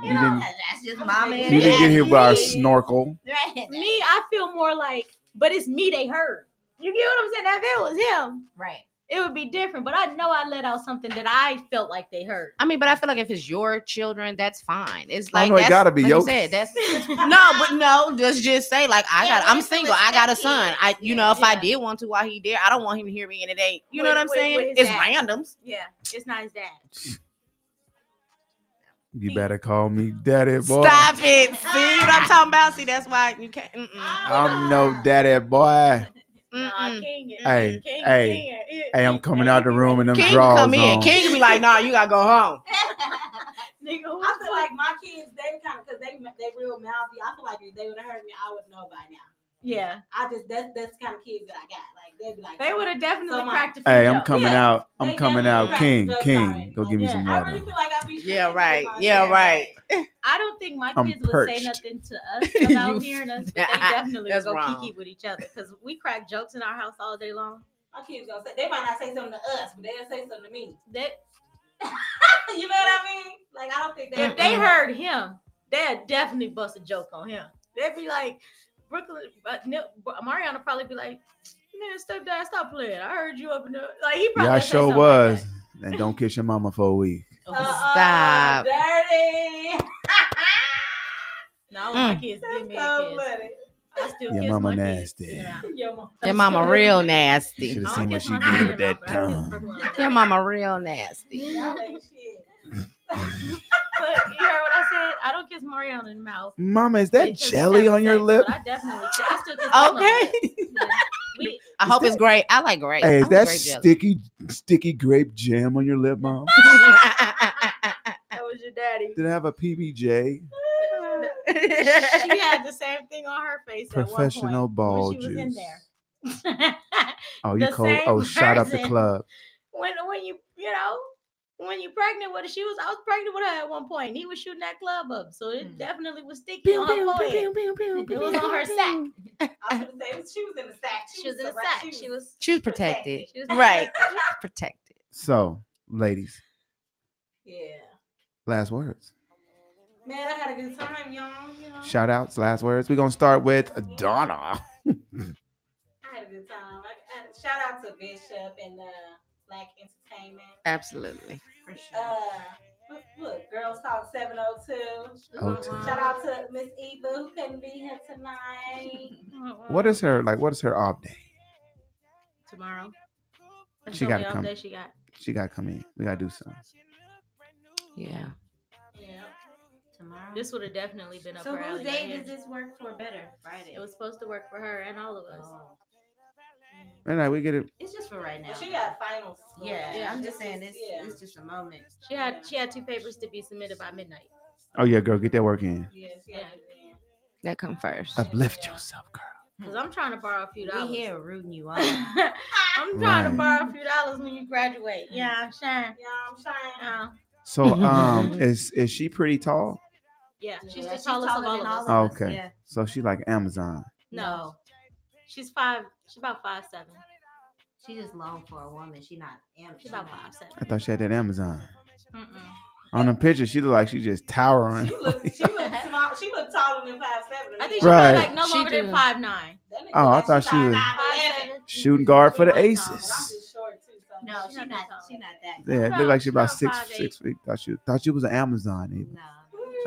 C: You know,
B: didn't.
C: that's just mama and
B: You didn't get here by a
C: daddy.
B: snorkel.
C: Right.
D: me, I feel more like, but it's me they heard. You get what I'm saying? Now, If it was him,
C: Right.
D: it would be different. But I know I let out something that I felt like they heard.
E: I mean, but I feel like if it's your children, that's fine. It's
B: I
E: like
B: know it
E: that's-
B: gotta be
E: like
B: your-
E: You said, that's no, but no. Let's just say like I
C: Yeah,
E: got.
C: but
E: I'm
C: if it
E: single.
C: was
E: I got a
C: his
E: son.
C: kid,
E: I you know if I
D: yeah.
E: did want to while he there, I don't want him to hear me. And it ain't. You know
D: With-
E: what I'm
D: with-
E: saying?
D: with his
E: it's
D: ass.
E: randoms.
D: Yeah, it's not his dad.
B: You better call me daddy boy.
E: Stop it. See what I'm talking about? See that's why you can't. mm, Mm-mm.
B: I'm no daddy boy.
D: Oh, Nah,
E: Mm-mm.
D: King it.
B: Hey,
D: King it,
B: hey,
D: King it. It-
B: Hey, I'm coming out the room and them
E: King
B: drawers
E: come in.
B: on.
E: King be like, nah, you gotta go home.
D: Nigga, who
A: I
D: the
A: feel like my kids, they kind of, cause they they real mouthy. I feel like if they would have heard me, I would know by now.
D: Yeah,
A: I just that's that's the kind of kids that I got. Like they'd be like,
D: they would have definitely
A: Someone.
D: cracked a few
B: Hey, I'm
D: jokes.
B: coming
A: Yeah.
B: out. I'm
A: They
B: coming
A: definitely
B: out.
A: practice
B: King,
A: those
B: King,
A: already.
B: go
A: Like,
B: give me
D: yeah,
B: some
A: I really
B: water.
A: feel like I be.
E: Yeah,
A: shitting
E: right.
A: somebody.
E: Yeah,
A: Yeah.
E: right.
D: I don't think my
B: I'm
D: kids would
B: perched.
D: say nothing to us about
E: You-
D: hearing us, but they definitely would
E: That's
D: go
E: wrong.
D: kiki with each other because we crack jokes in our house all day long.
A: My kids gonna say they might not say something to us, but they'll say something to me.
D: That
A: you know what I mean? Like I don't think they.
D: if they heard him, they'd definitely bust a joke on him. They'd be like, Brooklyn, uh, Nip- Mariana probably be like, man, stepdad, stop playing. I heard you up in the like he probably
B: Yeah, I
D: would say
B: sure
D: something like Oh,
B: was. And don't kiss your mama for a week.
A: Uh-uh,
E: Oh, Stop.
A: dirty.
D: that. No, I want my kids to give me a
A: Mm. so
D: kiss.
A: funny.
D: I still
B: Your
D: kiss
B: mama
D: my kids.
B: nasty.
D: Yeah.
A: Your mom.
E: Your mama real nasty.
B: Should've
D: I
B: seen
D: don't
B: what
D: kiss
B: she
D: my
B: did
D: kids
B: with that
D: in my
B: tongue.
D: mouth, but I kiss
E: Your mama real nasty.
A: Y'all ain't shit.
D: But you heard what I said? I don't kiss Mariana in the mouth.
B: Mama, is that
D: Because
B: jelly
D: that's
B: on your
D: sex,
B: lip?
D: but I definitely, I still kiss my mouth.
E: Okay.
D: Yeah. We,
E: I hope it's great. I like great.
B: Hey,
E: I
B: is
E: like
B: that
E: grape jelly.
B: sticky, sticky grape jam on your lip, mom?
D: that was your daddy.
B: Did I have a PBJ?
D: She had the same thing on her face.
B: Professional
D: at one
B: ball
D: point when she was in
B: juice.
D: there.
B: Oh, you
D: The
B: cold?
D: same
B: Oh, shot up the
D: person.
B: club.
D: when when you you know when you pregnant with her, she was I was pregnant with her at one point, And he was shooting that club up, so it
C: Mm.
D: definitely was sticky on her forehead. It was on her sack.
A: I was gonna say she was in the sack.
D: She was in a
A: so right-
D: sack. She was.
E: She was protected.
D: She was
E: Right. Protected.
B: So, ladies,
A: Yeah.
B: last words.
A: Man, I had a good time, y'all. You
D: Um,
A: know?
B: Shout outs, last words. We're going to start with Donna.
A: I had a good time. I, I, shout out to Bishop and uh, Black Entertainment.
E: Absolutely.
A: Uh, what- what, Girls Talk 702.
B: Oh, t-
A: Shout out to Miss Eva who couldn't be here tonight.
B: What is her, like, what is her off day?
D: tomorrow? That's
B: She
D: the only
B: gotta come.
D: off day She got
B: She got to come in. We got to do something.
E: Yeah.
A: Yeah.
C: Tomorrow.
D: this would have definitely been up
C: So
D: her
C: whose
D: alley.
C: day
D: right
C: does
D: here.
C: this work for better? Friday.
D: It was supposed to work for her and all of us.
C: Oh.
B: All right, we get it.
C: It's just for right now.
A: Well, she got finals. going
C: yeah,
A: on.
D: Yeah.
C: I'm just
A: This
C: saying
A: is-
C: this.
A: Yeah.
C: It's just a moment.
D: She had she had two papers to be submitted by midnight.
B: Oh, yeah, girl, get that work in.
A: Yeah, she
D: Yeah.
A: had it in.
E: That come first.
B: Uplift yourself, girl.
D: Cause I'm trying to borrow a few dollars.
C: Hmm. We here rooting you on.
D: I'm trying to
B: Right.
D: borrow a few dollars when you graduate. Yeah, shine.
A: Yeah, I'm trying.
D: Uh,
B: So, um, is is she pretty tall?
D: yeah,
A: Yeah,
D: she's
A: she's
D: the tallest of
C: taller
D: all of
C: than
D: us.
C: all of us,
B: Okay.
C: yeah.
B: So she like Amazon.
D: No, she's five. She's about five seven.
C: She just long for a woman. She not. am-
D: She's
C: She
D: about
C: not.
D: five seven.
B: I thought she had that Amazon.
D: Mm-mm.
B: On the picture, she look like she just
C: Um,
B: towering.
A: She looked, she looked small. She looked taller than five seven.
D: I think she's
B: Right.
D: probably like no
E: She
D: longer than
E: do.
D: five nine.
B: Oh, I thought she was- Shooting guard for the aces.
C: No,
D: She
C: she
D: not
C: not.
D: that tall.
C: She not that.
B: Yeah, it looked like she about
D: She's about
B: six
D: 5'8".
B: six feet. Thought she thought she was an Amazon.
C: No.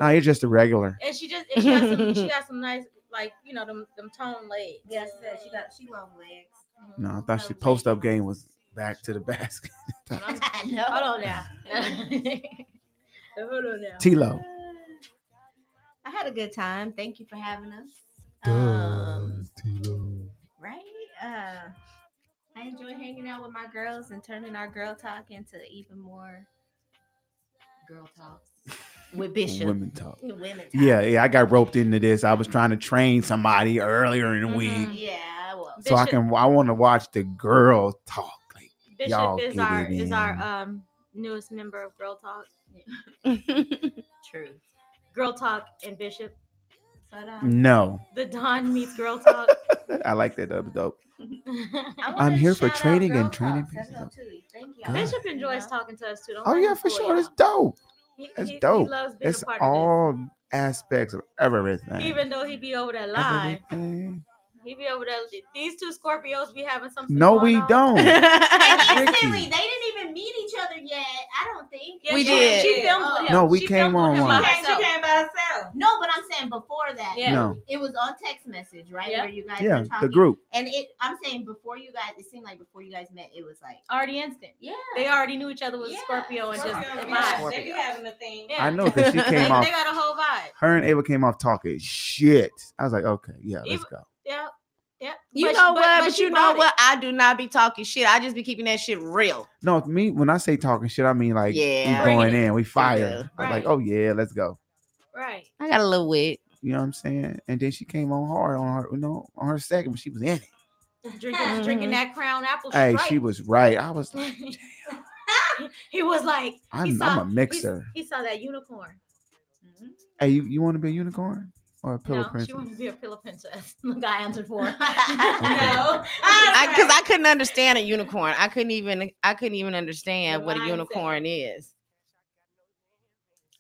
B: Oh, you're just a regular.
D: And she just and she, got some, she got some nice like you know them them tone legs.
C: Yes, she got. She long legs.
B: No, I thought she post up game was back to the basket.
C: I know.
D: Hold on now. Hold on
A: Um,
D: now.
B: Tilo.
C: I had a good time. Thank you for having us. Um, right? Uh, I enjoy hanging out with my girls and turning our girl talk into even more girl talk with Bishop.
B: Women talk.
C: Women talk.
B: Yeah, yeah, I got roped into this. I was trying to train somebody earlier in the
D: Mhm.
B: week,
C: Yeah, well,
B: so I
D: Bishop-
B: can. I want to watch the girl talk. Like,
D: Bishop
B: Y'all
D: is
B: get
D: our
B: it
D: is our
B: in.
D: um newest member of Girl Talk.
C: True.
D: Girl Talk and Bishop.
B: No,
D: The Don meets Girl Talk.
B: I like that. That was dope.
C: I
B: I'm
C: wanna
B: here for
C: shout out
B: training
C: Girl
B: and training
C: Talks. That's
B: people.
C: so too. Thank y'all.
B: God.
D: Bishop enjoys
C: You know?
D: talking to us too. Don't
B: Oh
D: let
B: yeah,
D: him
B: for
D: fool
B: sure.
D: y'all.
B: It's dope.
D: He-
B: that's
D: he- he
B: dope.
D: loves being a
B: It's
D: part of this.
B: all aspects of everything.
D: Even though he be over there live,
B: Everything.
D: he be over there. These two Scorpios be having something.
B: No,
D: going
B: we
D: on.
B: don't.
A: And
B: Tricky.
A: Instantly, they didn't even meet each other yet. I don't think.
D: Yeah,
E: We
D: she,
E: did.
D: She filmed
A: Oh.
D: with him.
B: No, we
D: She
B: came
D: filmed with
B: on
D: him
B: one.
A: She
D: by
A: came,
D: herself.
A: she came by herself.
C: No, but I'm saying before that,
D: Yeah.
B: No.
C: it was on text message, right?
D: Yeah.
C: Where you guys
B: Yeah,
C: were talking.
B: the group.
C: And it, I'm saying before you guys, it seemed like before you guys met, it was like,
B: Oh,
D: Already instant.
C: yeah,
D: They already knew each other was
C: Yeah.
D: Scorpio and just
A: Scorpio,
D: the
A: yeah,
D: vibe.
A: They be having a thing.
D: Yeah.
B: I know because she
D: They, they
B: came off.
D: got a whole vibe.
B: Her and Ava came off talking shit. I was like, okay, yeah, let's
D: Even-
B: go.
D: Yeah. Yeah.
E: You
D: But she-
E: know what? But,
D: she
E: you know
D: brought it.
E: what? I do not be talking shit. I just be keeping that shit real.
B: No, me when I say talking shit, I mean like
E: Yeah.
B: we going
D: Bring
B: in, we
E: Yeah.
B: fired. I'm
D: Right.
B: Like, oh yeah, let's go.
D: Right.
E: I got a little wit.
B: You know what I'm saying? And then she came on hard on her, you know, on her second, but she was in it.
D: Drinking,
A: Mm-hmm.
E: Mm-hmm.
D: drinking that Crown Apple.
B: Hey,
D: Strike.
B: she was right. I was,
D: he was like, he
B: I'm,
D: saw,
B: I'm a
D: he-
B: mixer.
D: He, saw that unicorn.
B: Hey, you, you want to be a unicorn or a pillow
D: no,
B: princess?
D: she wanted to be a pillow princess. Look, I answered for. her.
A: No.
E: I because I couldn't understand a unicorn. I couldn't even I couldn't even understand
D: The
E: what a
D: mindset.
E: unicorn is.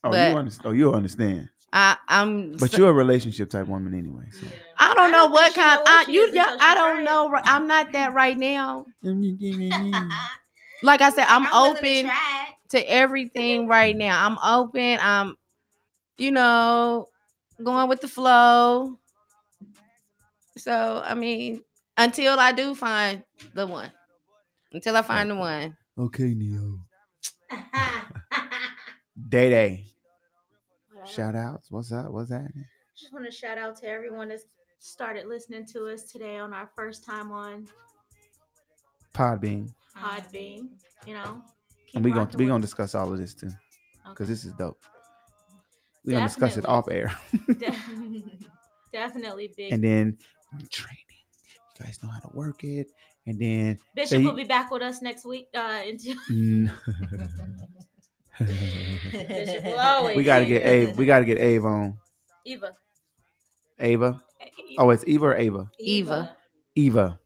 B: oh,
E: but-
B: you understand? Oh, you understand?
E: I I'm
B: But you're a relationship type woman anyway. So.
E: I don't
D: I
E: know
D: don't
E: what
D: think she know
E: kind.
D: what
E: I,
D: she
E: you,
D: is
E: yeah,
D: until she
E: I don't
D: tries.
E: know. ri- I'm not that right now.
B: yeah,
E: Like I said, I'm
C: uh-uh. willing to
E: open
C: try it.
E: to everything right now. I'm open. I'm, you know, going with the flow. So I mean, until I do find the one, until I find the one,
B: Okay, Neo. Day Day. Shout outs. What's up? What's that?
D: just want to shout out to everyone that's started listening to us today on our first time on
B: Podbean.
D: Podbean. You know,
B: And
D: keep
B: we're gonna
D: rocking
B: we're
D: with
B: gonna
D: us.
B: discuss all of this too. Because
D: Okay.
B: this is dope. We're gonna discuss it off air.
D: De- Definitely big.
B: And then training. You guys know how to work it. And then
D: Bishop
B: they-
D: will be back with us next week. Uh, until Bishop will always
B: we gotta
D: be
B: get
D: here.
B: Ave. We gotta get Ave on.
D: Eva.
B: Ava. Oh, it's Eva or Ava?
E: Eva.
B: Eva.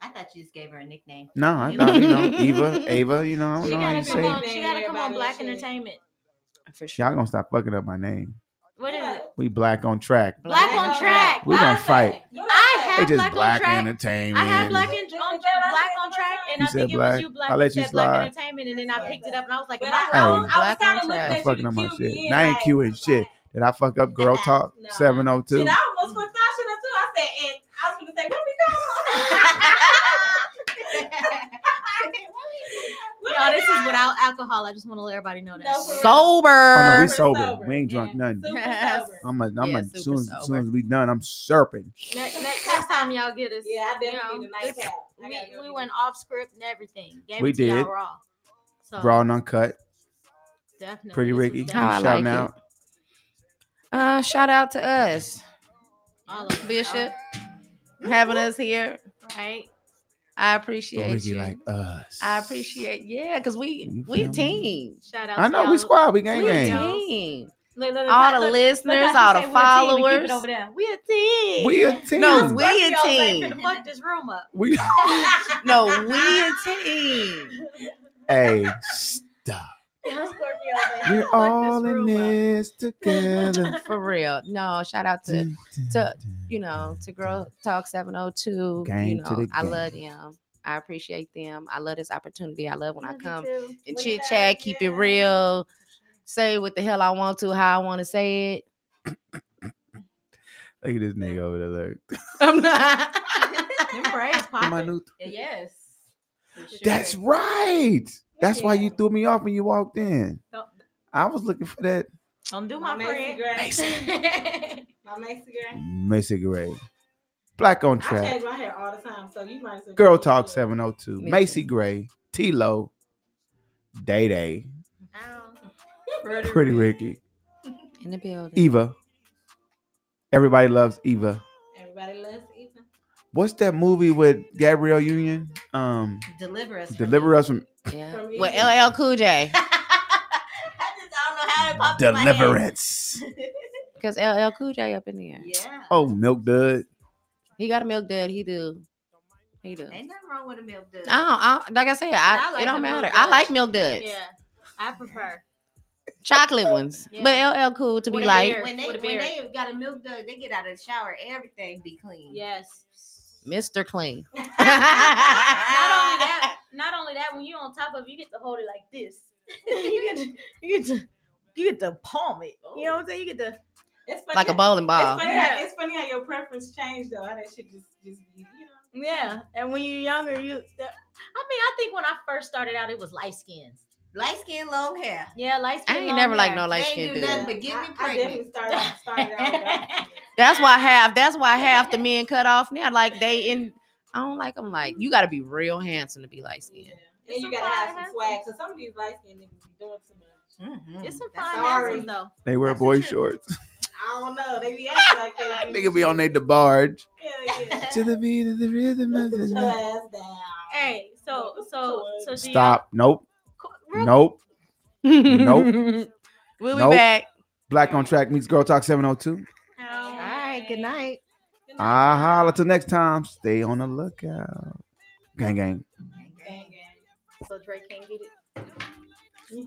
C: I thought you just gave her a nickname.
B: No, I thought you know Eva, Ava, you know, I don't
D: She
B: know how you say it.
D: gotta come on.
A: it.
D: She gotta come on
A: Everybody
D: Black
A: should.
D: Entertainment.
E: for sure.
B: Y'all gonna stop fucking up my name.
D: What is it?
B: We black on track.
D: Black
A: Black
D: on
A: on
D: track.
B: We gonna fight.
D: I
B: They
D: have
B: just
D: black,
B: black
D: on track.
B: entertainment.
D: I had black and on, black on track, and
B: You
D: I think
B: said
D: it
B: black.
D: was you black.
B: I let
D: said
B: you
D: black
B: slide.
D: entertainment, and then I picked it up, and I was like,
A: But I,
D: am I
B: Hey,
A: I, was- I was
E: black
A: kind of
E: on
A: looking at
E: track.
B: I'm
A: you
B: fucking
A: to
B: up my
A: cue
B: shit.
A: me in,
B: Now I ain't
A: like,
B: queuing shit. Did I fuck up girl talk
A: Nah.
B: 702?
A: Shit, I almost fucked that shit up too. I said, and I was gonna say, what we
D: Y'all,
A: call
D: this is without alcohol. I just want to let everybody know that.
A: No, for real.
B: Oh, no, we
E: Sober.
B: sober.
A: sober.
B: We ain't drunk
D: Yeah.
B: nothing. Um, I'm a, I'm
E: Yeah,
B: a,
E: super
B: soon, as- soon
E: sober.
B: as we done, I'm serping.
D: next, next time y'all get us,
A: Yeah, I
D: you
A: definitely
D: know,
A: need a night cap. I
D: we,
A: gotta go
D: we
A: get
D: went off script and everything. Gave
B: We
D: it to y'all
B: did.
D: Raw. So
B: Raw and uncut.
D: definitely,
B: Pretty
D: this was
B: Ricky.
E: How I
D: definitely
E: like
B: shouting
E: it.
B: out.
E: Uh, shout out to us,
D: all of it,
E: Bishop, having us here.
D: Right?
E: I
B: But
E: appreciate
B: Ricky
E: you.
B: like us.
E: I appreciate, yeah, because we
B: You
E: we
B: feel
E: a
B: me?
E: team.
D: Shout out.
B: I
D: to
B: know
D: y'all.
B: we squad. We gang
E: we a
B: gang.
E: team.
D: Look, look, look,
E: All the
D: look, look
E: listeners,
D: how
E: all the
D: she say we're a team. We keep it
E: followers.
D: over there. We a team.
B: We a team.
E: No, we
D: First
E: a
D: y'all say,
E: team.
D: "Finna Fuck this room up.
B: We
E: No, we a team.
B: hey stop. We're all in this together.
E: For real. No, shout out
B: Mm.
E: to, to, you know, to Girl Talk 702. you
B: Gang to
E: know,
B: the
E: I love
B: gang.
E: them. I appreciate them. I love this opportunity. I love when I come
D: Too.
E: and
A: We
E: chit
A: love
E: chat, keep it
A: you.
E: real, say what the hell I want to, how I want to say it.
B: Look at this nigga over there. Look.
E: I'm not.
D: Them braids
B: My
D: popping.
B: new-
C: Yes.
B: That's right. That's why you threw me off when you walked in.
D: Don't-
B: I was looking for that
D: Don't do
A: my
D: my
A: Mexican
D: friend.
A: girl. My Mexican girl.
B: Macy Gray. Black on
A: I
B: track.
A: change my hair all the time, so you might as well.
B: Girl Talk 702.
E: Me
B: Macy
E: too.
B: Gray. T Lo. Day Day.
D: Pretty
B: Pretty Ricky.
E: In the building.
B: Eva. Everybody loves Eva.
A: Everybody loves Ethan.
B: What's that movie with Gabrielle Union? Um,
C: Deliver us. from
B: Deliver
C: it.
B: Us from
E: Yeah.
A: From
E: With
A: you.
E: LL Cool J,
D: I just I don't know how it popped in my head.
B: Deliverance.
E: because LL Cool J up in there.
C: Yeah.
B: Oh, Milk Dud.
E: He got a milk dud. He do. He do.
C: Ain't nothing wrong with a milk dud.
E: I don't, I don't- like I said, I,
D: I like
E: it don't
D: the milk
E: matter. I
D: duds.
E: like milk duds,
D: Yeah, I prefer.
E: chocolate ones,
D: Yeah.
E: but LL Cool to be
D: With a
E: like
D: beer.
C: when they
D: With a
C: when
D: beard.
C: they got a milk dud, they get out of the shower, everything be clean.
D: Yes.
E: Mr. Clean.
D: Not
C: Ah,
D: only that, not only that, when you're on top of, it, you get to hold it like this.
F: you get to, you get to, you get to palm it. You know what I'm saying? You get to.
A: It's funny.
E: like a bowling ball.
A: It's funny,
F: Yeah.
A: how, it's funny how your preference changed though. How that shit just just be, you know.
F: Yeah, and when you're younger, you
D: I mean, I think when I first started out, it was light skins.
C: Light skin, long hair.
D: Yeah, light skin.
E: I ain't
D: long
E: never liked
D: hair.
E: no light
C: Ain't
E: skinned
C: do
E: dude.
C: nothing but get me
A: I, I
C: pregnant.
A: definitely started, started out with
E: That's why half. That's why half the men cut off now. Like they in. I don't like them. Like you got to be real handsome to be light skinned.
A: Yeah. And you gotta have some swag. Cause some of these light skinned niggas be doing too much.
D: It's some
C: That's
D: fine
A: sorry.
D: asses though.
B: They wear
C: That's the
B: boy
C: truth.
B: shorts.
A: I don't know. They be acting like they
B: Nigga be on their debarge.
A: Yeah, yeah.
B: To the beat of the rhythm of the
A: Put your
B: night.
A: ass down.
D: Hey, so so so do y'all-
B: Stop. Nope.
D: Co- real
B: Nope. Nope.
E: we'll be
B: Nope.
E: back.
B: Black on track meets Girl Talk 702.
D: All
E: All right. Good night.
B: I holla till next time. Stay on the lookout. Gang gang.
A: Gang, gang.
D: So Drake can't get it.